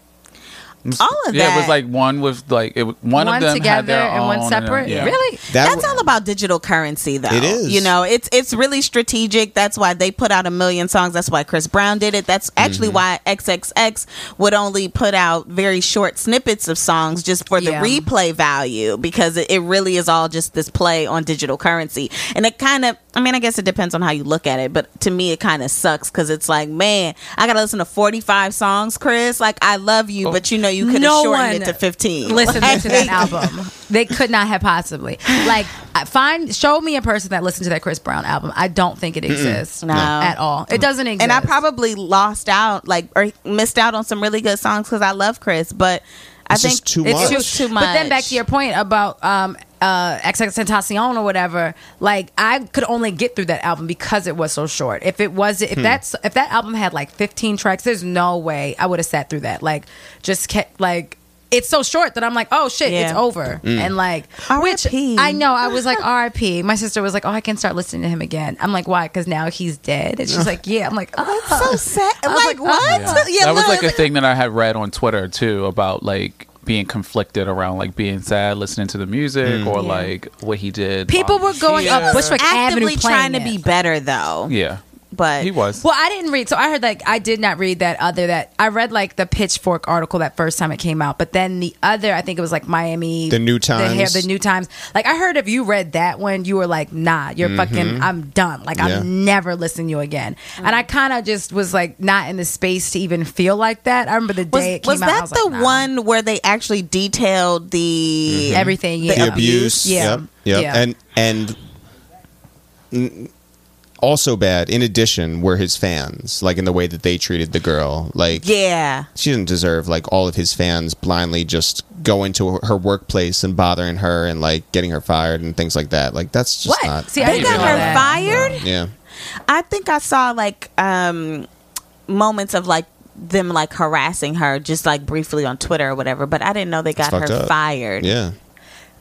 S5: All of that.
S1: Yeah, it was like one with like it was, one,
S2: one
S1: of them had
S2: together
S1: their
S2: and
S1: own,
S2: one
S1: then-
S2: separate.
S1: yeah.
S2: Really?
S3: That
S5: That's all about digital currency, though.
S3: It is.
S5: You know, it's it's really strategic. That's why they put out a million songs. That's why Chris Brown did it. That's
S3: Mm-hmm.
S5: actually why XXX would only put out very short snippets of songs just for the
S2: Yeah.
S5: replay value because it, it really is all just this play on digital currency. And it kind of, I mean, I guess it depends on how you look at it, but to me, it kind of sucks because it's like, man, I got to listen to 45 songs, Chris. Like, I love you, but you know, you could have
S2: No
S5: shortened it
S2: one
S5: to 15.
S2: listening
S5: *laughs*
S2: to that album. They could not have possibly. Like, I- find show me a person that listened to that Chris Brown album. I don't think it exists
S5: No.
S2: at all. It doesn't exist.
S5: and I probably lost out, like, or missed out on some really good songs because I love Chris, but I
S3: It's
S5: think
S3: just too
S5: it's
S3: much.
S5: just too much.
S2: But then back to your point about um, uh, XXXTentacion or whatever. Like I could only get through that album because it was so short. If it was,
S3: Hmm.
S2: if that's if that album had like 15 tracks, there's no way I would have sat through that. Like just kept like. It's so short that I'm like, oh shit, it's
S5: Yeah.
S2: over.
S3: Mm.
S2: And like, which
S5: R.I.P..
S2: I know, I was like, RIP. My sister was like, oh, I can start listening to him again. I'm like, why? Because now he's dead. And she's like, yeah. I'm like, oh,
S5: *laughs* so sad.
S2: I was
S5: Like,
S2: like,
S5: what?
S2: oh.
S5: Yeah,
S1: that was
S5: look.
S1: like a thing that I had read on Twitter too about like being conflicted around like being sad listening to the music
S5: Hmm.
S1: or like what he did.
S2: People
S1: on
S2: were going up
S1: here.
S2: Bushwick Avenue
S5: actively
S2: playing
S5: trying to
S2: it.
S5: be better though.
S1: Yeah,
S5: But
S1: he was.
S2: Well, I didn't read. So I heard like I did not read that other that I read like the Pitchfork article that first time it came out, but then the other I think it was like Miami,
S3: The New
S2: the, hair-
S3: Times.
S2: the New Times. Like I heard if you read that one, you were like, nah, you're fucking, I'm done. Like
S3: Mm-hmm. Yeah.
S2: I'm never listening to you again. And I
S5: Mm.
S2: kind of just was like not in the space to even feel like that. I remember the
S5: was,
S2: day it came
S5: was
S2: out. I
S5: that
S2: was like,
S5: the
S2: nah.
S5: one where they actually detailed the
S2: Everything, yeah.
S3: the abuse.
S2: Yeah.
S3: Yep. Yep.
S2: Yeah.
S3: And and mm, also bad. In addition, were his fans like in the way that they treated the girl. Like
S5: Yeah.
S3: she didn't deserve like all of his fans blindly just going to her workplace and bothering her and like getting her fired and things like that. Like that's just
S2: What?
S3: not.
S2: See, I
S5: They
S2: didn't
S5: got
S2: realize
S5: her
S2: that.
S5: fired.
S3: yeah.
S5: I think I saw like um moments of like them like harassing her just like briefly on Twitter or whatever, but I didn't know they got
S3: fucked
S5: her
S3: up.
S5: fired.
S3: Yeah.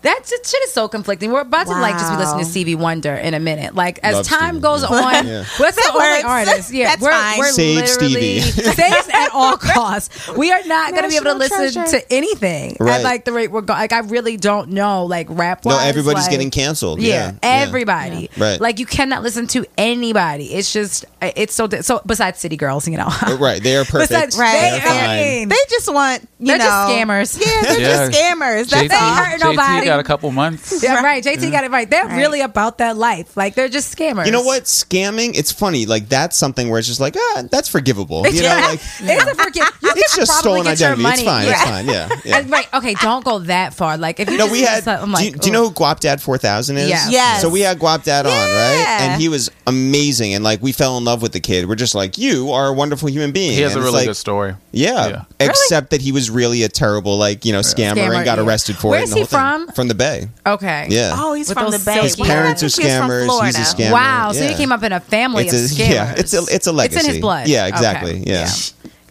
S2: That shit shit is so conflicting. We're about to like just be
S5: Wow.
S2: listening to Stevie Wonder in a minute. Like as
S3: Love
S2: time
S3: Stevie
S2: goes on,
S3: *laughs* Yeah.
S2: what's the
S5: That
S2: only
S5: works.
S2: artist? Yeah,
S5: That's
S2: we're,
S5: fine.
S2: we're
S3: Save
S2: literally- *laughs*
S3: Stevie.
S2: save us at all costs. We are not going to be able to
S5: National
S2: listen
S5: treasure.
S2: to anything
S3: Right.
S2: at like the rate we're going. Like I really don't know. Like rap.
S3: No,
S2: wise,
S3: everybody's
S2: like-
S3: getting canceled.
S2: yeah,
S3: Yeah,
S2: everybody.
S3: Yeah. Right.
S2: Like you cannot listen to anybody. It's just it's so di- so. Besides City Girls, you know.
S3: Right, they are
S2: *laughs*
S3: perfect.
S2: Besides,
S5: Right.
S2: They,
S5: They're
S2: I
S3: fine.
S2: mean,
S5: They just want you
S2: They're
S5: know
S2: just scammers.
S5: Yeah, they're just
S1: Yeah.
S5: scammers. That's
S1: JT,
S5: all.
S2: hurt
S1: JT
S2: nobody.
S1: got a couple months.
S2: *laughs* yeah, right. JT got it right. They're
S5: Right.
S2: really about that life. Like they're just scammers.
S3: You
S2: *laughs*
S3: know what? Scamming, it's funny. Like, that's something where it's just like, ah,
S2: *laughs*
S3: that's forgivable. You know, like,
S2: it's a freaking. You
S3: it's
S2: could
S3: just
S2: probably
S3: stolen
S2: get your
S3: identity.
S2: money.
S3: It's fine.
S2: Yeah.
S3: It's fine. Yeah.
S2: *laughs*
S3: yeah.
S2: And, Right. Okay. Don't go that far. Like if you
S3: No,
S2: just
S3: we
S2: do
S3: had.
S2: this, I'm
S3: do, you,
S2: like,
S3: do you know who Guap Dad Four Thousand is?
S2: Yeah.
S5: Yes.
S3: So we had Guap Dad on, right?
S5: Yeah.
S3: And he was amazing, and like we fell in love with the kid. We're just like, you are a wonderful human being.
S1: He has
S3: And
S1: a
S3: it's
S1: really
S3: like,
S1: good story.
S3: Yeah,
S1: Yeah.
S3: except that he was really a terrible, like you know, scammer,
S2: Scammer,
S3: and got
S2: yeah.
S3: arrested for
S2: Where
S3: it.
S2: is
S3: and the
S2: he
S3: whole thing.
S2: from?
S3: From the Bay.
S2: Okay.
S3: Yeah.
S5: Oh, he's
S2: With
S5: from the
S2: those
S5: Bay.
S2: silky-
S5: Why
S3: His
S5: did I
S3: parents are
S5: think he was from
S3: scammers. He's
S5: Florida?
S3: a scammer.
S2: Wow. So
S3: Yeah.
S2: he came up in a family
S3: It's
S2: of
S3: a, *laughs*
S2: scammers.
S3: yeah, it's a it's a legacy.
S2: It's in his blood.
S3: Yeah,
S2: Okay.
S3: exactly. Yeah.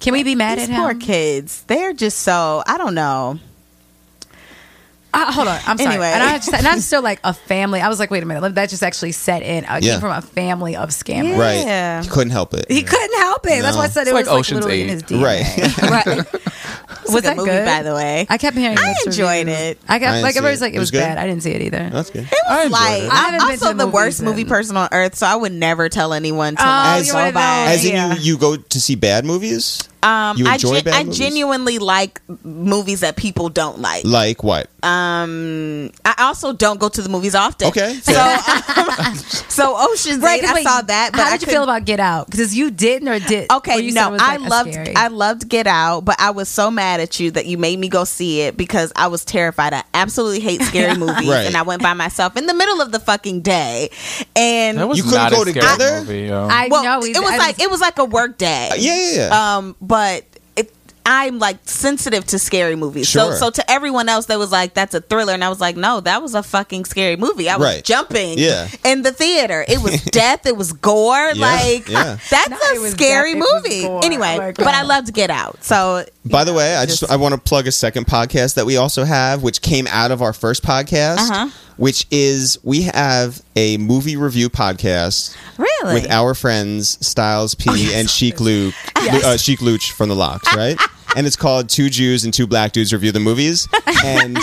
S2: Can we be mad
S5: These
S2: at him?
S5: poor kids. They're just so I don't know.
S2: Uh, hold on, I'm sorry.
S5: Anyway.
S2: And, I just,
S5: *laughs*
S2: and I'm still like a family. I was like, wait a minute, that just actually set in. I
S3: Yeah.
S2: came from a family of scammers.
S3: Right.
S5: Yeah.
S3: He couldn't help it.
S2: He couldn't help it. That's why I said it
S1: It's
S2: was
S1: like
S2: like
S1: Ocean's
S2: literally in
S1: Eight.
S2: his DNA.
S5: *laughs*
S2: *laughs* Right.
S3: Right.
S2: was
S5: It's a
S2: that
S5: movie,
S2: good?
S5: by the way?
S2: I kept hearing.
S5: I
S2: mixed
S5: enjoyed
S2: reviews.
S5: it.
S2: I
S3: I
S2: kept
S3: didn't
S2: like
S3: see
S2: everybody's
S3: it.
S2: like it
S3: It
S2: was
S3: was good?
S2: bad. I didn't see it either.
S3: *laughs* That's good.
S1: I enjoyed
S5: like
S1: it.
S2: I haven't
S5: I'm
S2: been to
S5: also
S2: the
S5: the worst
S2: movies
S5: movie
S2: in-
S5: person on earth, so I would never tell anyone to
S2: Oh,
S5: like,
S3: you
S5: go
S3: wanna
S2: know.
S5: by.
S3: As in,
S2: Yeah.
S3: you, you go to see bad movies?
S5: um,
S3: you
S5: I,
S3: enjoy
S5: gen-
S3: bad
S5: I
S3: movies?
S5: genuinely like movies that people don't like.
S3: Like what?
S5: Um, I also don't go to the movies often.
S3: Okay,
S5: so
S3: fair.
S5: um, so Ocean's
S2: Right,
S5: Eight,
S2: 'cause
S5: I
S2: wait,
S5: saw that. But
S2: how
S5: I
S2: did you feel
S5: couldn't-
S2: about Get Out? Because you didn't or did. or
S5: Okay,
S2: you said it
S5: no,
S2: was,
S5: I
S2: like, a
S5: loved
S2: scary-
S5: I loved Get Out, but I was so mad at you that you made me go see it because I was terrified. I absolutely hate
S2: *laughs*
S5: scary movies,
S3: Right.
S5: and I went by myself in the middle of the fucking day. And
S1: That was
S3: You couldn't
S1: not a
S3: go
S1: scary
S3: together?
S1: Movie, yo.
S2: I
S5: well,
S2: know
S5: it was like it was like a work day.
S3: yeah, yeah, yeah.
S5: Um, but it, I'm like sensitive to scary movies. So
S3: Sure.
S5: so to everyone else that was like that's a thriller and I was like no, that was a fucking scary movie. I was
S3: Right.
S5: jumping
S3: Yeah.
S5: in the theater. It
S3: *laughs*
S5: was death, it was gore
S3: Yeah,
S5: like
S3: yeah.
S5: that's
S2: No, it
S5: a
S2: was
S5: scary
S2: death, it was
S5: movie.
S2: gore.
S5: Anyway,
S2: Oh my
S5: but I
S2: God.
S5: loved Get Out. So
S3: By the way, I just, I want to plug a second podcast that we also have, which came out of our first podcast,
S5: Uh-huh.
S3: which is we have a movie review podcast
S5: really
S3: with our friends Styles
S2: Oh,
S3: P and
S2: *laughs*
S3: Sheik Luke, Lu- uh, Sheik Luch from the Locks, right? and it's called Two Jews and Two Black Dudes Review
S2: *laughs*
S3: the Movies, and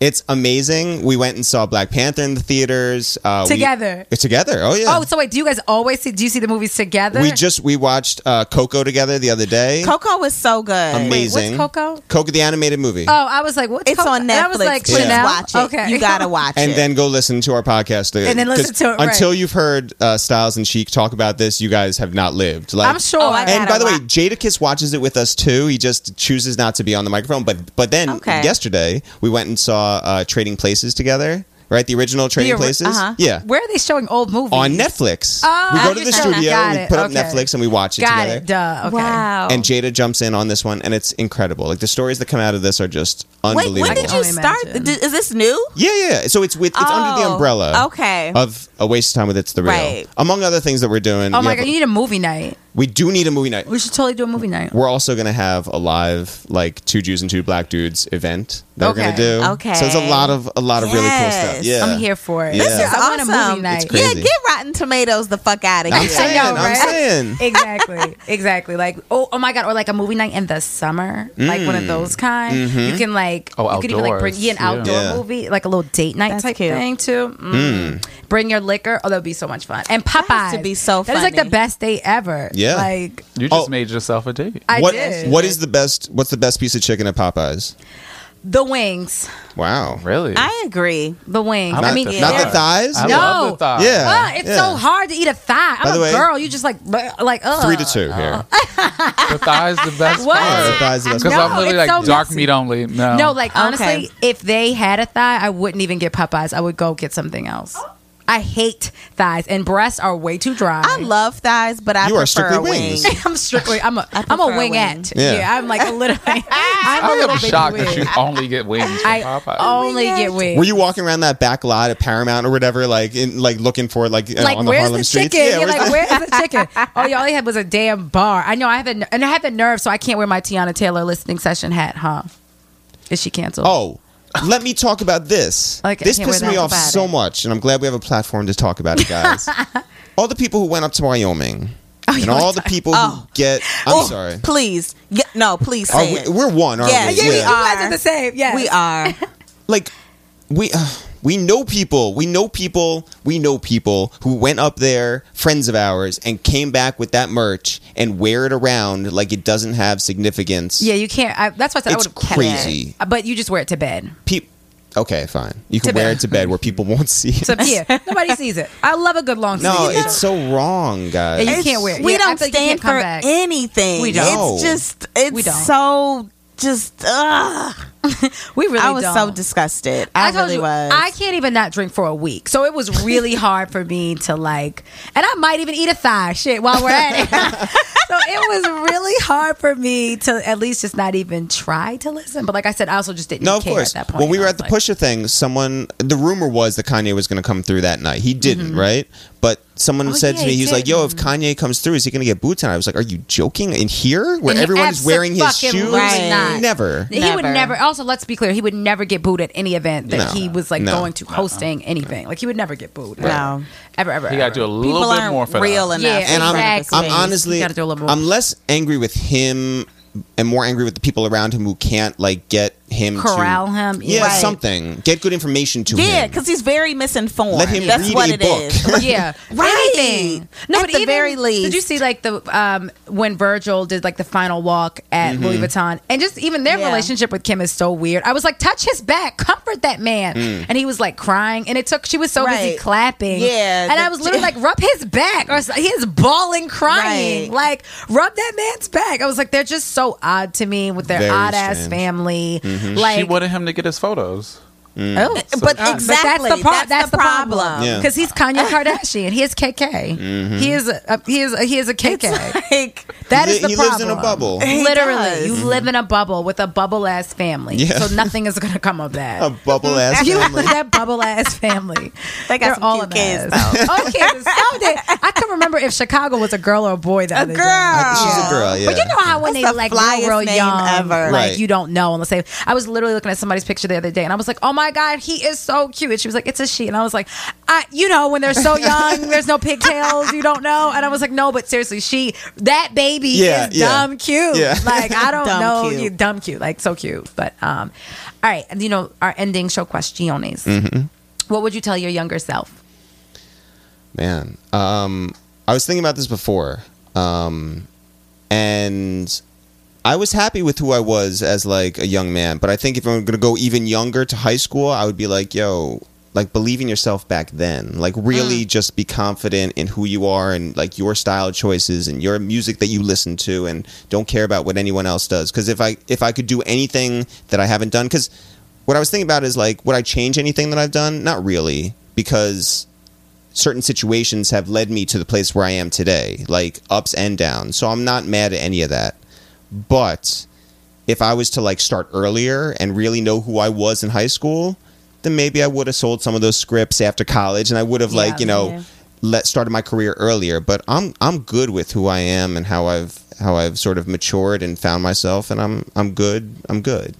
S3: it's amazing. We went and saw Black Panther in the theaters uh, we-
S2: Together.
S3: together, oh yeah.
S2: Oh, so wait, do you guys always see? Do you see the movies together?
S3: we just we watched uh, Coco together the other day.
S5: Coco was so good.
S3: Um,
S2: Wait, what's
S3: amazing.
S2: Coco?
S3: Coco, the animated movie.
S2: Oh, I was like, what's
S5: It's on
S2: called- and
S5: Netflix.
S2: I was like,
S5: Please
S2: Chanel?
S5: watch it.
S2: Okay,
S5: You
S2: *laughs*
S5: gotta watch it.
S3: and then go listen to our podcast. uh,
S2: And then listen
S3: 'cause
S2: to it, right.
S3: Until you've heard uh, Styles and Chic talk about this, you guys have not lived. Like,
S2: I'm sure.
S5: Oh, I
S3: And
S5: gotta
S3: by the way,
S5: wa-
S3: Jadakiss watches it with us too. He just chooses not to be on the microphone. But but then
S5: Okay.
S3: yesterday we went and saw uh, Trading Places together. Right, the original Trading
S2: ori-
S3: Places.
S5: uh-huh.
S3: Yeah,
S2: Where are they showing old movies?
S3: on Netflix.
S2: Oh,
S3: we
S2: I
S3: go to the
S2: understand.
S3: studio,
S2: Got
S3: we
S2: it.
S3: put up
S2: Okay.
S3: Netflix, and we watch it
S2: Got
S3: together.
S2: it. Duh. Okay.
S5: Wow.
S3: And Jada jumps in on this one, and it's incredible. Like the stories that come out of this are just
S5: Wait,
S3: unbelievable.
S5: when did you
S2: only
S5: start?
S2: imagine.
S5: Did- Is this new?
S3: Yeah, yeah. So it's with it's under the
S5: Oh,
S3: umbrella.
S5: okay.
S3: Of a waste of time with it's the real.
S5: Right.
S3: Among other things that we're doing.
S2: Oh
S3: we
S2: my
S3: have-
S2: god, you need a movie night.
S3: we do need a movie night.
S2: We should totally do a movie night.
S3: We're also gonna have a live like two Jews and two black dudes event that we're
S2: Okay.
S3: gonna do.
S5: Okay.
S3: So it's a lot of a lot of really cool stuff.
S5: Yes.
S3: Yeah.
S2: I'm here for it.
S3: This
S5: This
S3: Yeah.
S5: is
S2: I want
S5: awesome.
S2: a movie night.
S3: It's crazy.
S5: Yeah, get Rotten Tomatoes the fuck out of
S3: I'm
S5: here.
S3: saying,
S2: know,
S3: I'm
S2: right?
S3: saying.
S2: *laughs* exactly. Exactly. Like oh oh my god, or like a movie night in the summer, like one of
S3: Mm.
S2: those kind. You can like
S1: Oh,
S2: you could even like bring
S1: outdoors.
S2: yeah, an
S1: Yeah.
S2: outdoor
S3: Mm-hmm. Yeah.
S2: movie, like a little date night
S5: That's
S2: type
S5: cute.
S2: thing too. Mm. Bring your liquor. Oh, that would be so much fun. And Popeyes
S5: has to be so
S2: That is like the
S5: funny.
S2: best day ever.
S3: Yeah.
S2: Like
S1: you just
S3: Oh.
S1: made yourself a date.
S2: I
S3: what
S2: did.
S3: what is the best what's the best piece of chicken at Popeyes?
S2: the wings?
S3: Wow.
S1: really?
S5: I agree.
S2: The wings.
S1: I'm
S2: I
S1: not
S2: mean,
S1: the-
S3: Not
S2: they're-
S3: the thighs?
S1: I
S2: No.
S1: love the thought.
S3: Yeah.
S2: Ah, it's so hard to eat a thigh. I'm
S3: By the
S2: a
S3: way-
S2: girl. You just like, bleh, like, uh.
S3: Three to two here.
S1: The thigh is the
S5: *laughs*
S1: best
S2: What?
S3: Yeah, the
S1: part.
S3: thighs are the best
S1: Because
S3: part.
S1: I'm literally
S2: it's
S1: like
S2: so
S1: dark
S2: messy.
S1: meat only. No.
S2: No, like honestly,
S5: Okay.
S2: if they had a thigh, I wouldn't even get Popeyes. I would go get something else. I hate thighs and breasts are way too dry.
S5: I love thighs, but I
S3: You
S5: prefer
S3: are strictly
S5: a wing.
S3: wings.
S2: I'm strictly. I'm a. I'm a
S5: prefer a wing.
S2: wingette.
S3: Yeah.
S2: Yeah. I'm like *laughs* literally. I'm a
S1: I
S2: little
S1: am
S2: baby
S1: shocked
S2: wing.
S1: that you only get wings from
S2: I
S1: Popeyes.
S2: only get wings.
S3: Were you walking around that back lot at Paramount or whatever, like in, like looking for like, uh,
S2: like,
S3: on the
S2: where's
S3: Harlem
S2: the
S3: streets?
S2: chicken? You're
S3: where's
S2: like,
S3: the-
S2: where's the chicken? Oh, yeah, all they had was a damn bar. I know. I have a, ner- and I have the nerve, so I can't wear my Tiana Taylor listening session hat, huh? Is she canceled?
S3: Oh, let me talk about this.
S2: Okay,
S3: this
S2: yeah, we're
S3: pissed me
S2: not
S3: off
S2: about
S3: so
S2: it.
S3: much, and I'm glad we have a platform to talk about it, guys. all the people who went up to Wyoming, and all the people who get. I'm
S5: Oh,
S3: sorry.
S5: Please, yeah, no, please
S3: Are
S5: say
S3: we,
S5: it.
S3: we're one, aren't
S5: Yes. Yeah,
S3: we?
S5: we are.
S2: You guys are the same. Yeah,
S5: We are.
S3: like we uh, we know people we know people we know people who went up there friends of ours and came back with that merch and wear it around like it doesn't have significance
S2: Yeah, you can't. I, that's why I said
S3: It's
S2: I would have
S3: crazy.
S2: Kept it. Uh, But you just wear it to bed.
S3: Pe- okay fine you can
S2: To
S3: wear
S2: bed.
S3: it to bed where people won't see it
S2: So
S5: *laughs*
S2: yeah, nobody sees it. I love a good long sleeve.
S3: no it's so wrong guys
S2: Yeah, you can't wear it.
S5: We
S2: Yeah, I
S5: don't
S2: feel like you
S5: stand
S2: can't come
S5: for
S2: back.
S5: anything.
S2: We don't.
S5: It's just. It's
S2: We don't.
S5: so just. Ugh.
S2: We really.
S5: I was
S2: don't.
S5: so disgusted. I,
S2: told
S5: really
S2: you,
S5: was.
S2: Oh. I can't even not drink for a week, so it
S5: *laughs*
S2: was really hard for me to like, and I might even eat a thigh. Shit, while we're at it, *laughs* so it was really hard for me to at least just not even try to listen. But like I said, I also just didn't
S3: no, of
S2: care
S3: course.
S2: at that point.
S3: When we
S2: I
S3: were
S2: was
S3: at the
S2: like-
S3: Pusher thing, someone the rumor was that Kanye was going to come through that night. He didn't, right? But someone
S2: Mm-hmm. Oh,
S3: said
S2: yeah,
S3: to me,
S2: he
S3: he was like,
S2: did.
S3: "Yo, if Kanye comes through, is he going to get boots?" And I was like, "Are you joking? In here, where
S2: And he
S3: everyone is wearing his
S2: abso-fucking-lutely
S3: shoes?
S2: not.
S3: Never."
S2: He would
S5: Never.
S2: never. Also, let's be clear. He would never get booed at any event that
S3: No.
S2: he was like
S3: No.
S2: going to hosting anything. Like he would never get booed.
S5: No.
S2: Ever, ever.
S1: You gotta do a little
S5: People
S1: bit more
S5: aren't
S1: for
S5: real
S1: that.
S5: enough.
S2: Yeah,
S3: and
S2: Exactly.
S3: I'm, I'm honestly,
S2: You gotta do a little more.
S3: I'm less angry with him and more angry with the people around him who can't like get him
S2: Corral
S3: to,
S2: him,
S3: Yeah,
S2: right.
S3: something. Get good information to him.
S5: yeah, because he's very misinformed.
S3: Let him
S5: That's
S3: read
S5: what
S3: a
S5: it
S3: book.
S5: is. *laughs*
S2: Yeah,
S5: Right.
S2: Anything. No,
S5: At
S2: but
S5: the
S2: even,
S5: very least.
S2: did you see like the um when Virgil did like the final walk at Louis Vuitton, and just even their
S5: Mm-hmm. Yeah.
S2: relationship with Kim is so weird. I was like, touch his back, comfort that man, and he was like crying, and it took. She was so busy
S5: Mm. Right.
S2: clapping,
S5: Yeah,
S2: and I
S5: that-
S2: was literally like, rub his back, or s- he is bawling, crying,
S5: Right.
S2: like rub that man's back. I was like, they're just so odd to me with their
S3: Very
S2: odd ass
S3: strange.
S2: family.
S5: Mm-hmm.
S2: Like,
S1: she wanted him to get his photos.
S2: oh,
S5: Eh, But
S2: uh,
S5: exactly,
S2: but that's the, pro- that's the problem.
S3: Yeah. Mm-hmm.
S2: Because
S5: *laughs*
S2: he's Kanye Kardashian. He is KK. He is a, a- he is a, he is a KK.
S5: Like,
S2: That
S3: He-
S2: is the
S3: he
S2: problem.
S3: lives in a bubble. He
S2: Literally,
S5: does.
S2: you live in a bubble with a bubble ass family.
S3: Yeah.
S2: So nothing is going to come of that.
S3: A bubble
S2: *laughs*
S3: ass
S2: You
S3: family.
S2: that bubble ass family.
S5: They got
S2: They're
S5: some
S2: all
S5: cute
S2: a
S5: kids,
S2: mess. Oh, kids. Oh, they- I can remember if Chicago was a girl or a boy. The other
S5: girl.
S2: day. *laughs*
S3: She's a girl. Yeah.
S2: But you know how when
S5: That's
S2: they
S5: the
S2: like real,
S5: flyest
S2: real
S5: name
S2: young,
S5: ever.
S2: like
S3: Right.
S2: you don't know unless they. I was literally looking at somebody's picture the other day, and I was like, "Oh my god, he is so cute." And she was like, "It's a she," and I was like, I, "You know, when they're so
S3: *laughs*
S2: young, there's no pigtails, you don't know." And I was like, "No, but seriously, she that baby
S3: Yeah,
S2: is
S3: yeah.
S2: dumb cute.
S3: Yeah.
S2: *laughs* Like I don't
S5: Dumb
S2: know,
S5: cute.
S2: you dumb cute, like so cute." But um, all right, you know, our ending show questiones.
S3: Mm-hmm.
S2: What would you tell your younger self?
S3: Man, um, I was thinking about this before, um, and I was happy with who I was as like a young man. But I think if I'm gonna go even younger to high school, I would be like, yo, like believe in yourself back then. Like really, just be confident in who you are and like your style choices and your music that you listen to, and don't care about what anyone else does. Because if I if I could do anything that I haven't done, because what I was thinking about is like, would I change anything that I've done? Not really, because certain situations have led me to the place where I am today, like ups and downs. So I'm not mad at any of that. But if I was to like start earlier and really know who I was in high school, then maybe I would have sold some of those scripts after college and I would have like,
S2: Yeah.
S3: you know,
S5: Yeah.
S3: let started my career earlier, but I'm I'm good with who I am and how I've how I've sort of matured and found myself and I'm I'm good. I'm good.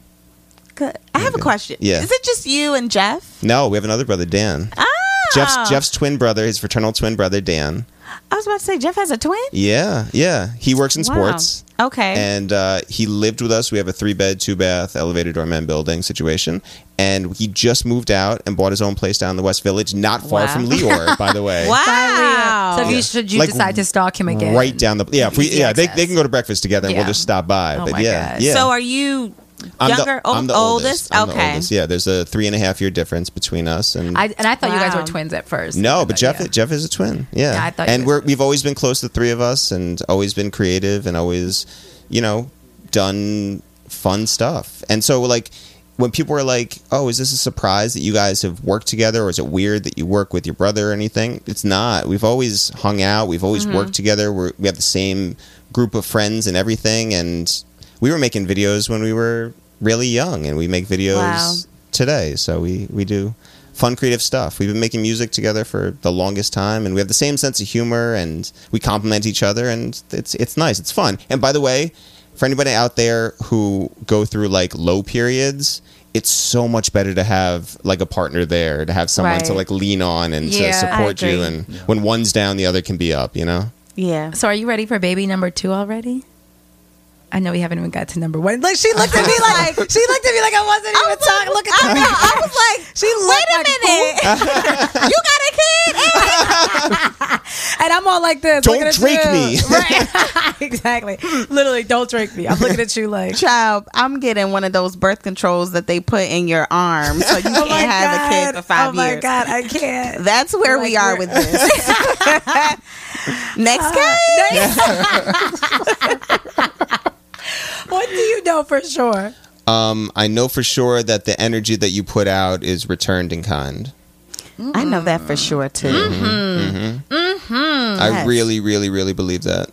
S5: Good. I have a question.
S3: Yeah.
S5: Is it just you and Jeff?
S3: No, we have another brother, Dan.
S5: Ah,
S3: Jeff's Jeff's twin brother, his fraternal twin brother, Dan.
S5: I was about to say Jeff has a twin.
S3: Yeah, yeah. He works in sports.
S5: Wow. Okay.
S3: And uh, he lived with us. We have a three bed, two bath, elevated doorman building situation. And he just moved out and bought his own place down in the West Village, not far
S2: Wow.
S3: from Leor, by
S5: *laughs*
S3: the way.
S5: wow.
S2: So if
S3: Yeah.
S2: you should you
S3: Like,
S2: decide to stalk him again,
S3: Right down the yeah, if we,
S2: Easy
S3: yeah. They,
S2: access.
S3: they can go to breakfast together, and
S2: Yeah.
S3: we'll just stop by.
S2: Oh
S3: but
S2: my
S3: yeah,
S2: God.
S3: yeah.
S5: So are you
S3: I'm the-
S5: younger?
S3: I'm the
S5: oldest?
S3: I'm the
S5: Okay.
S3: oldest. Yeah, there's a three and a half year difference between us, and
S2: I, and I thought you guys
S5: Wow.
S2: were twins at first.
S3: No, but Jeff
S2: yeah.
S3: Jeff is a twin. Yeah,
S2: Yeah, I thought you
S3: and
S2: were-
S3: we're, we've always been close, the three of us, and always been creative and always, you know, done fun stuff. And so, like, when people are like, "Oh, is this a surprise that you guys have worked together, or is it weird that you work with your brother or anything?" It's not. We've always hung out. We've
S2: Mm-hmm.
S3: always worked together. We're, we have the same group of friends and everything. And we were making videos when we were really young, and we make videos
S5: Wow.
S3: today. So we we do fun creative stuff. We've been making music together for the longest time and we have the same sense of humor and we complement each other and it's it's nice. It's fun. And by the way, for anybody out there who go through like low periods, it's so much better to have like a partner there, to have someone to
S2: Right.
S3: like lean on and
S2: Yeah, I
S3: to support you.
S2: agree.
S3: And when one's down, the other can be up. You know.
S5: Yeah.
S2: So are you ready for baby number two already? I know we haven't even got to number one. Like she looked at me
S5: *laughs*
S2: like she looked at me like I wasn't even talking. Look at me. I *laughs* was like, she looked
S5: Wait a
S2: like,
S5: minute. *laughs*
S2: *laughs*
S5: you got a kid?
S2: and I'm all like this.
S3: Don't
S2: looking at
S3: drink
S2: you.
S3: me.
S2: *laughs* Right. *laughs* exactly. Literally, don't drink me. I'm looking at you like.
S5: Child, I'm getting one of those birth controls that they put in your arm so you can't
S2: *laughs* Oh my
S5: have a kid
S2: God.
S5: for five
S2: Oh my
S5: years.
S2: god, I can't.
S5: That's where
S2: Like
S5: we are
S2: we're- Uh,
S5: with
S2: *laughs*
S5: this. *laughs* Next case.
S2: *laughs* What do you know for sure?
S3: Um, I know for sure that the energy that you put out is returned in kind.
S5: I know that for sure too.
S3: I
S5: Yes.
S3: Mm-hmm.
S5: Mm.
S3: really, really, really believe that.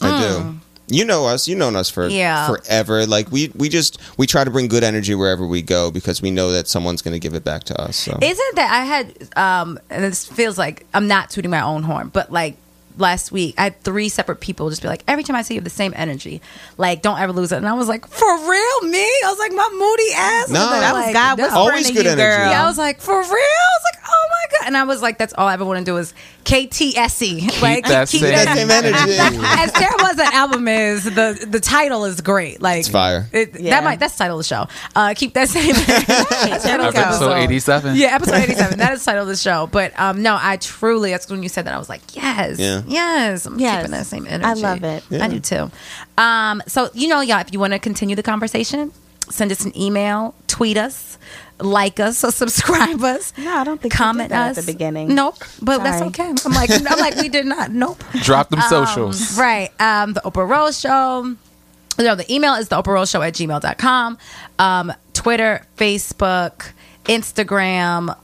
S3: I do. You know us. You've known us for
S2: Yeah.
S3: forever. Like we, we just we try to bring good energy wherever we go because we know that someone's going to give it back to us. So.
S2: Isn't that I had um and this feels like I'm not tooting my own horn, but like last week I had three separate people just be like, every time I see you have the same energy. Like, don't ever lose it. And I was like, For real, me? I was like, my moody ass.
S3: No.
S2: And they're
S3: That
S5: was
S2: like,
S5: God
S2: "No."
S5: whispering
S3: Always
S5: to
S3: good
S5: you,
S3: energy.
S5: girl.
S2: Yeah, I was like, for real? I was like, oh my god! And I was like, that's all I ever want to do is KTSE. E." *laughs* like,
S1: that same-
S2: E.
S3: That
S5: *laughs*
S3: same energy.
S2: As terrible as that album is, the the title is great. Like, it's
S3: fire.
S2: It,
S5: Yeah.
S2: That might that's the title of the show. Uh, keep
S5: *laughs*
S2: that same. that's the title of the
S1: Episode
S2: episode.
S1: 87.
S2: Yeah, episode eighty-seven. that is the title of the show. But um, no, I truly. That's when you said that. I was like, yes,
S3: Yeah.
S2: yes, I'm
S5: Yes.
S2: keeping that same
S5: I
S2: energy.
S5: love it.
S2: I do too. Um, so you know, y'all, if you want to continue the conversation, send us an email, tweet us, like us, or subscribe us.
S5: No, I don't think we
S2: comment
S5: did that at
S2: us
S5: the beginning.
S2: Nope, but that's
S5: Sorry.
S2: okay. I'm like, I'm like, we did not. Nope.
S1: *laughs*
S2: Um,
S1: Drop them socials.
S2: Right. Um, the Oprah Rose Show. No, the email is the Oprah Rose Show at gmail.com. Um, Twitter, Facebook, Instagram,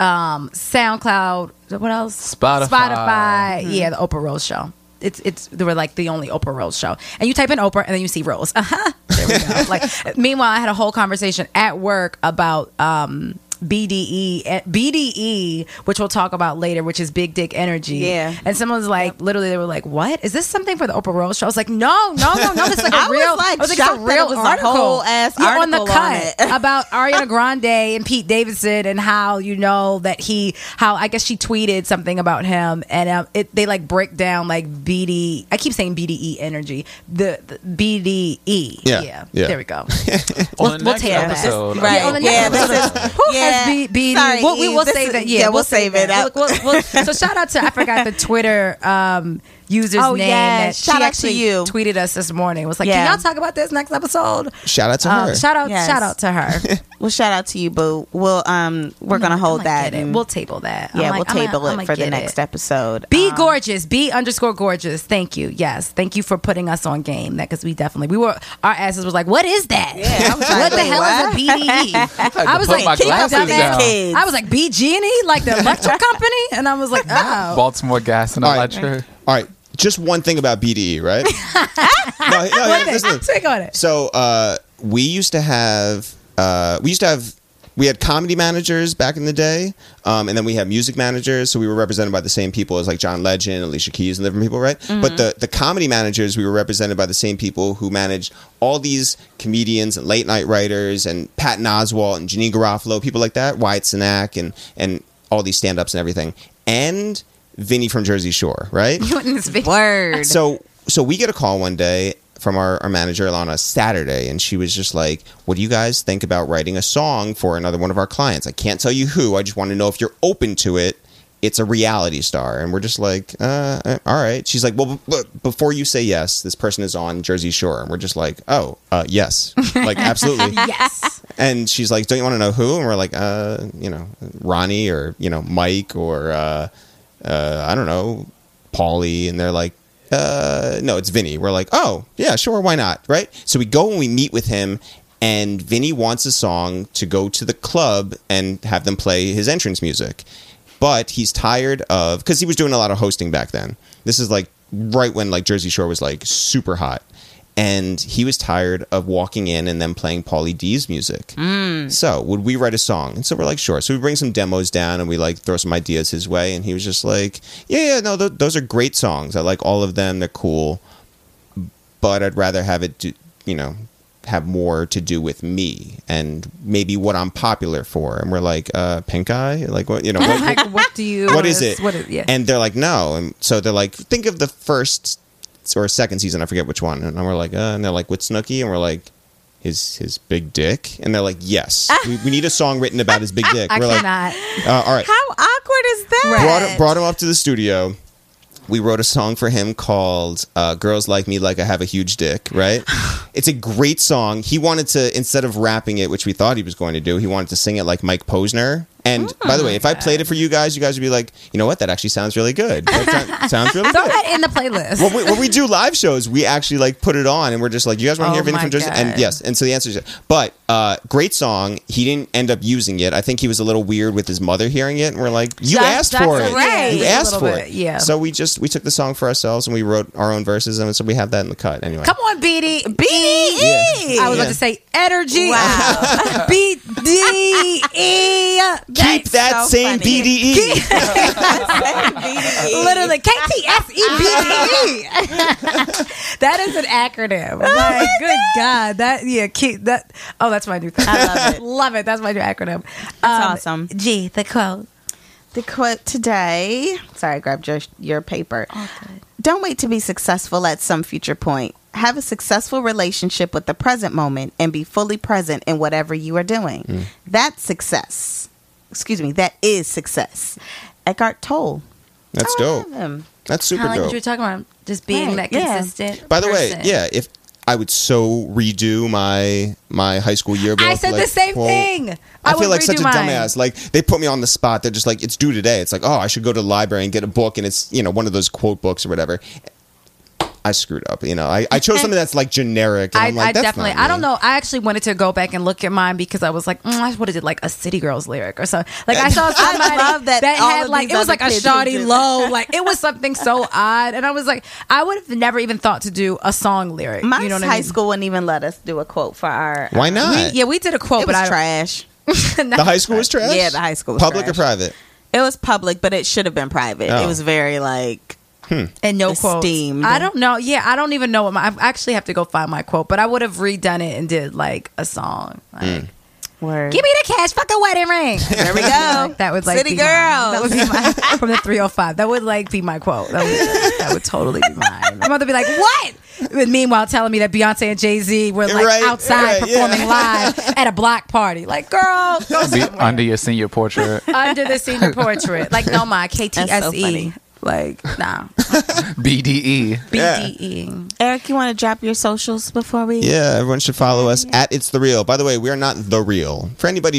S2: um, SoundCloud. What else?
S1: Spotify.
S2: Spotify.
S5: Mm-hmm.
S2: Yeah, the Oprah Rose Show. It's it's they were like the only Oprah Rose show, and you type in Oprah and then you see Rose. *laughs* Uh-huh. There we go. like meanwhile, I had a whole conversation at work about um, BDE eh, BDE, which we'll talk about later, which is big dick energy.
S5: Yeah.
S2: and someone was like, literally, they were like, "What is this something for the Oprah Rose show?" I was like, "No, no, no, no, this is like a
S5: I was,
S2: real,
S5: like,
S2: I was like, it's a
S5: shocked that
S2: real
S5: it was a
S2: article,
S5: whole ass
S2: Yeah, on the
S5: article on
S2: cut
S5: it.
S2: about Ariana Grande and Pete Davidson and how you know that he how I guess she tweeted something about him and um, it they like break down like BD I keep saying BDE energy the, the BDE
S3: Yeah, yeah.
S2: there
S5: *laughs*
S2: we go
S1: On
S2: we'll
S1: the next
S2: tear that.
S1: episode.
S5: Right.
S2: yeah, oh, on the
S5: Yeah,
S2: next
S5: this
S2: episode. Who
S5: yeah.
S2: has B- BD?
S5: Sorry,
S2: we'll, we
S5: Eve,
S2: will
S5: this
S2: save
S5: is-
S2: that. Yeah,
S5: yeah,
S2: we'll,
S5: we'll
S2: save,
S5: save it
S2: that.
S5: up.
S2: We'll- we'll- we'll- so shout out to I forgot the Twitter um, user's
S5: Oh,
S2: name.
S5: yeah.
S2: that
S5: Shout out to
S2: she actually
S5: you.
S2: Tweeted us this morning. It was like,
S5: Yeah.
S2: can y'all talk about this next episode?
S3: Shout out to
S2: Um,
S3: her.
S2: shout out,
S5: Yes.
S2: shout out to
S3: *laughs*
S2: her.
S5: Well, shout out to you, boo. We'll um, we're gonna hold
S2: I'ma
S5: that.
S2: get it.
S5: and-
S2: We'll table that.
S5: yeah,
S2: I'm like,
S5: we'll
S2: I'ma-
S5: table
S2: I'ma
S5: it for the
S2: get
S5: next
S2: it.
S5: episode.
S2: Be
S5: Um,
S2: gorgeous. Be underscore gorgeous. Thank you. Yes. Thank you for putting us on game. That because we definitely we were our asses was like, what is that?
S5: Yeah, I
S2: *laughs*
S5: was like,
S2: what the
S5: wait,
S2: hell
S5: what? *laughs*
S2: is E? a BDE?
S1: I was like, my
S5: keep up
S1: glasses
S5: with that
S1: down.
S5: kid.
S2: I was like B Genie, E? like
S5: *laughs*
S2: the electric company, and I was like, *laughs* oh,
S1: Baltimore Gas and
S3: All right.
S1: Electric.
S3: All right, just one thing about
S5: *laughs*
S3: BDE, right? no, no, listen.
S2: take on it.
S3: So uh, we used to have uh, we used to have we had comedy managers back in the day, um, and then we had music managers. So we were represented by the same people as like John Legend, Alicia Keys, and different people, right? But the the comedy managers we were represented by the same people who managed all these comedians and late night writers and Patton Oswalt and Janine Garofalo, people like that, Wyatt Cenac, and and all these stand ups and everything, and Vinny from Jersey Shore, right?
S5: word.
S3: So so we get a call one day from our, our manager on a Saturday, and she was just like, "What do you guys think about writing a song for another one of our clients? I can't tell you who. I just want to know if you're open to it." It's a reality star, and we're just like, uh, uh, all right. She's like, well, b- b- before you say yes, this person is on Jersey Shore, and we're just like, oh, uh, yes, like absolutely.
S2: yes.
S3: And she's like, "Don't you want to know who?" And we're like, "Uh, you know, Ronnie or you know Mike or uh, uh, I don't know, Paulie." And they're like, "Uh, no, it's Vinny." We're like, "Oh, yeah, sure, why not?" Right? So we go and we meet with him, and Vinny wants a song to go to the club and have them play his entrance music, but he's tired of because he was doing a lot of hosting back then. This is like right when like Jersey Shore was like super hot and he was tired of walking in and then playing Pauly D's music. So would we write a song? And so we're like, sure. So we bring some demos down and we like throw some ideas his way, and he was just like, yeah, yeah, no, th- those are great songs. I like all of them. They're cool, but I'd rather have it, do, you know, have more to do with me and maybe what I'm popular for. And we're like, uh, pink eye? Like, what, you know, what,
S2: Like, what do you?
S3: what is it?
S2: What is, yeah.
S3: And they're like, no. And so they're like, think of the first or second season. I forget which one. And we're like, uh, and they're like, with Snooki? And we're like, his his big dick. And they're like,
S2: *laughs*
S3: yes. we, we need a song written about his big dick.
S2: I
S3: we're
S2: cannot.
S3: like, uh, all right.
S5: How awkward is that?
S2: Right.
S3: Brought, him- brought him up to the studio. We wrote a song for him called uh, "Girls Like Me Like I Have a Huge Dick." Right? it's a great song. He wanted to instead of rapping it, which we thought he was going to do, he wanted to sing it like Mike Posner. And by the way, if I played it for you guys, you guys would be like, you know what? That actually sounds really good. That sou- sounds really
S2: Throw
S3: good.
S2: that in the playlist.
S3: When we, when we do live shows, we actually like put it on, and we're just like, "You guys want to
S2: Oh
S3: hear everything
S2: my
S3: from Joseph?" And
S2: God.
S3: yes, and so the answer is, but uh, great song. He didn't end up using it. I think he was a little weird with his mother hearing it, and we're like, "You
S2: That's-
S3: asked for
S2: that's
S3: it,
S2: right.
S3: you
S2: A
S3: asked
S2: little
S3: for
S2: bit,
S3: it."
S2: yeah.
S3: So we just we took the song for ourselves and we wrote our own verses, and so we have that in the cut anyway.
S2: Come on, BD.
S3: Yeah.
S2: I was about
S3: Yeah.
S2: to say energy. Wow. *laughs* B D E.
S3: Keep that
S5: so
S3: same E.
S5: funny.
S2: *laughs*
S3: BDE.
S2: Literally, K T S E B D E.
S3: *laughs*
S2: That is an
S3: Oh
S2: acronym. Like, good God, that yeah, keep that. Oh, that's my new thing. I love it. *laughs* love it. That's my new acronym. Um,
S5: awesome.
S2: G, the quote.
S5: The quote today. Sorry, I grabbed your your paper. Don't wait to be successful at some future point. Have a successful relationship with the present moment and be fully present in whatever you are doing.
S3: Mm,
S5: That's success. Excuse me, that is success. Eckhart Tolle.
S3: That's
S5: I love
S3: dope.
S5: him.
S3: That's super
S2: Kind of like
S3: dope.
S2: what you were talking about, just being
S5: Right,
S2: that
S5: yeah.
S2: consistent.
S3: By the way,
S2: person.
S3: yeah, if I would so redo my my high school yearbook.
S2: I said
S3: like,
S2: the same
S3: quote-
S2: thing.
S3: I,
S2: would
S3: feel like such
S2: redo
S3: a
S2: mine.
S3: dumbass. Like they put me on the spot. They're just like, it's due today. It's like, oh, I should go to the library and get a book, and it's you know one of those quote books or whatever. I screwed up. You know, I, I chose something that's like generic. And
S2: I,
S3: I, am like,
S2: I
S3: that's
S2: definitely.
S3: not
S2: I don't
S3: me.
S2: know. I actually wanted to go back and look at mine because I was like, mm, I would have did like a City Girls lyric or something. Like
S5: *laughs*
S2: I saw somebody
S5: love that
S2: that,
S5: all
S2: had
S5: of
S2: like
S5: these
S2: it was
S5: other
S2: like a
S5: kids
S2: shoddy
S5: did that. *laughs*
S2: low. Like it was something so odd, and I was like, I would have never even thought to do a song lyric.
S5: My
S2: you know what
S5: high
S2: I mean?
S5: school wouldn't even let us do a quote for our.
S3: Why
S5: uh,
S3: not?
S2: Yeah, we did a quote,
S5: It
S2: but
S5: was
S2: I
S5: trash.
S3: The high school was trash.
S5: Yeah, the high school was
S3: public
S5: trash.
S3: or private.
S5: It was public, but it should have been private.
S3: Oh.
S5: It was very like
S2: and no quote.
S5: Esteemed.
S2: I don't know. Yeah, I don't even know what my. I actually have to go find my quote, but I would have redone it and did like a song. Like,
S5: word.
S2: Give me the cash, fuck the wedding ring. There
S5: Hmm.
S2: *laughs*
S5: we go.
S2: that would like
S5: City
S2: be mine. That
S5: girls.
S2: would be
S3: *laughs*
S2: my from the 305. That would like be my quote. That would, that would totally be mine. My mother would be like, "What?" But meanwhile, telling me that Beyonce and Jay Z were like
S3: Right,
S2: outside
S3: right, yeah.
S2: performing
S3: *laughs*
S2: live at a block party. Like, girl,
S5: *laughs*
S2: go
S1: Be
S2: somewhere.
S1: under your senior portrait.
S2: under the senior portrait. Like, no, my
S5: That's so
S2: KTSE.
S5: funny.
S2: like,
S3: *laughs*
S2: nah,
S3: E.
S2: E.
S1: BDE.
S2: BDE.
S5: Eric, you want to drop your socials before we?
S3: Yeah, everyone should follow
S2: Mm-hmm.
S3: us at It's the Real. By the way, we are not the Real. For anybody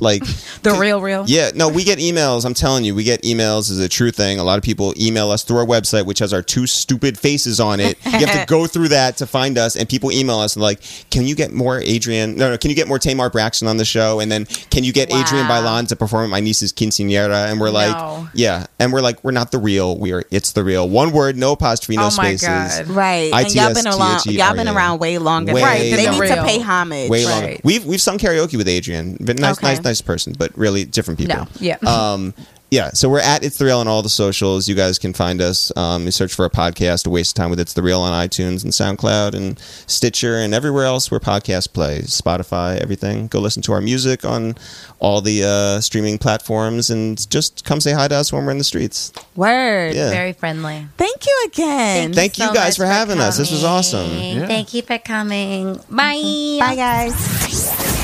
S2: *laughs*
S3: like
S2: The real, real.
S3: Yeah, no, we get emails. I'm telling you, we get emails is a true thing. A lot of people email us through our website, which has our two stupid faces on it.
S2: *laughs*
S3: You have to go through that to find us, and people email us and like, can you get more Adrian? No, no, can you get more Tamar Braxton on the show? And then can you get Adrian
S2: Wow.
S3: Bailan to perform at my niece's quinceanera? And we're
S2: No.
S3: like, yeah, and we're like, we're not the real. We are. It's the real. One word, no apostrophe, no
S2: Oh my
S3: spaces.
S2: God.
S5: *laughs* Right. and y'all
S1: E
S5: been around y'all been
S3: ITSTHEREA.
S5: around way longer.
S3: Way Right,
S5: right.
S3: than
S5: They
S3: the
S5: need
S2: real.
S5: to pay homage.
S3: Way
S2: Right.
S3: long. We've we've sung karaoke with Adrian, but nice,
S5: Okay.
S3: nice, nice person, but really different people.
S2: No, yeah.
S3: Um, yeah. So we're at It's the Real on all the socials. You guys can find us. Um, you search for a podcast, a waste of time with It's the Real on iTunes and SoundCloud and Stitcher and everywhere else where podcasts play, Spotify, everything. Go listen to our music on all the uh, streaming platforms, and just come say hi to us when we're in the streets.
S5: Word.
S3: Yeah.
S2: Very friendly.
S5: Thank you again.
S3: Thank you
S2: so
S3: guys
S2: much
S3: for
S2: for
S3: having us. This was awesome.
S1: Yeah.
S2: Thank you for coming. Bye.
S5: Bye guys.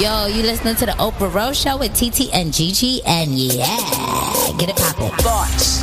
S6: Yo, you listening to the Oprah Rowe Show with TT and Gigi, and yeah, get it poppin'.
S7: Thoughts.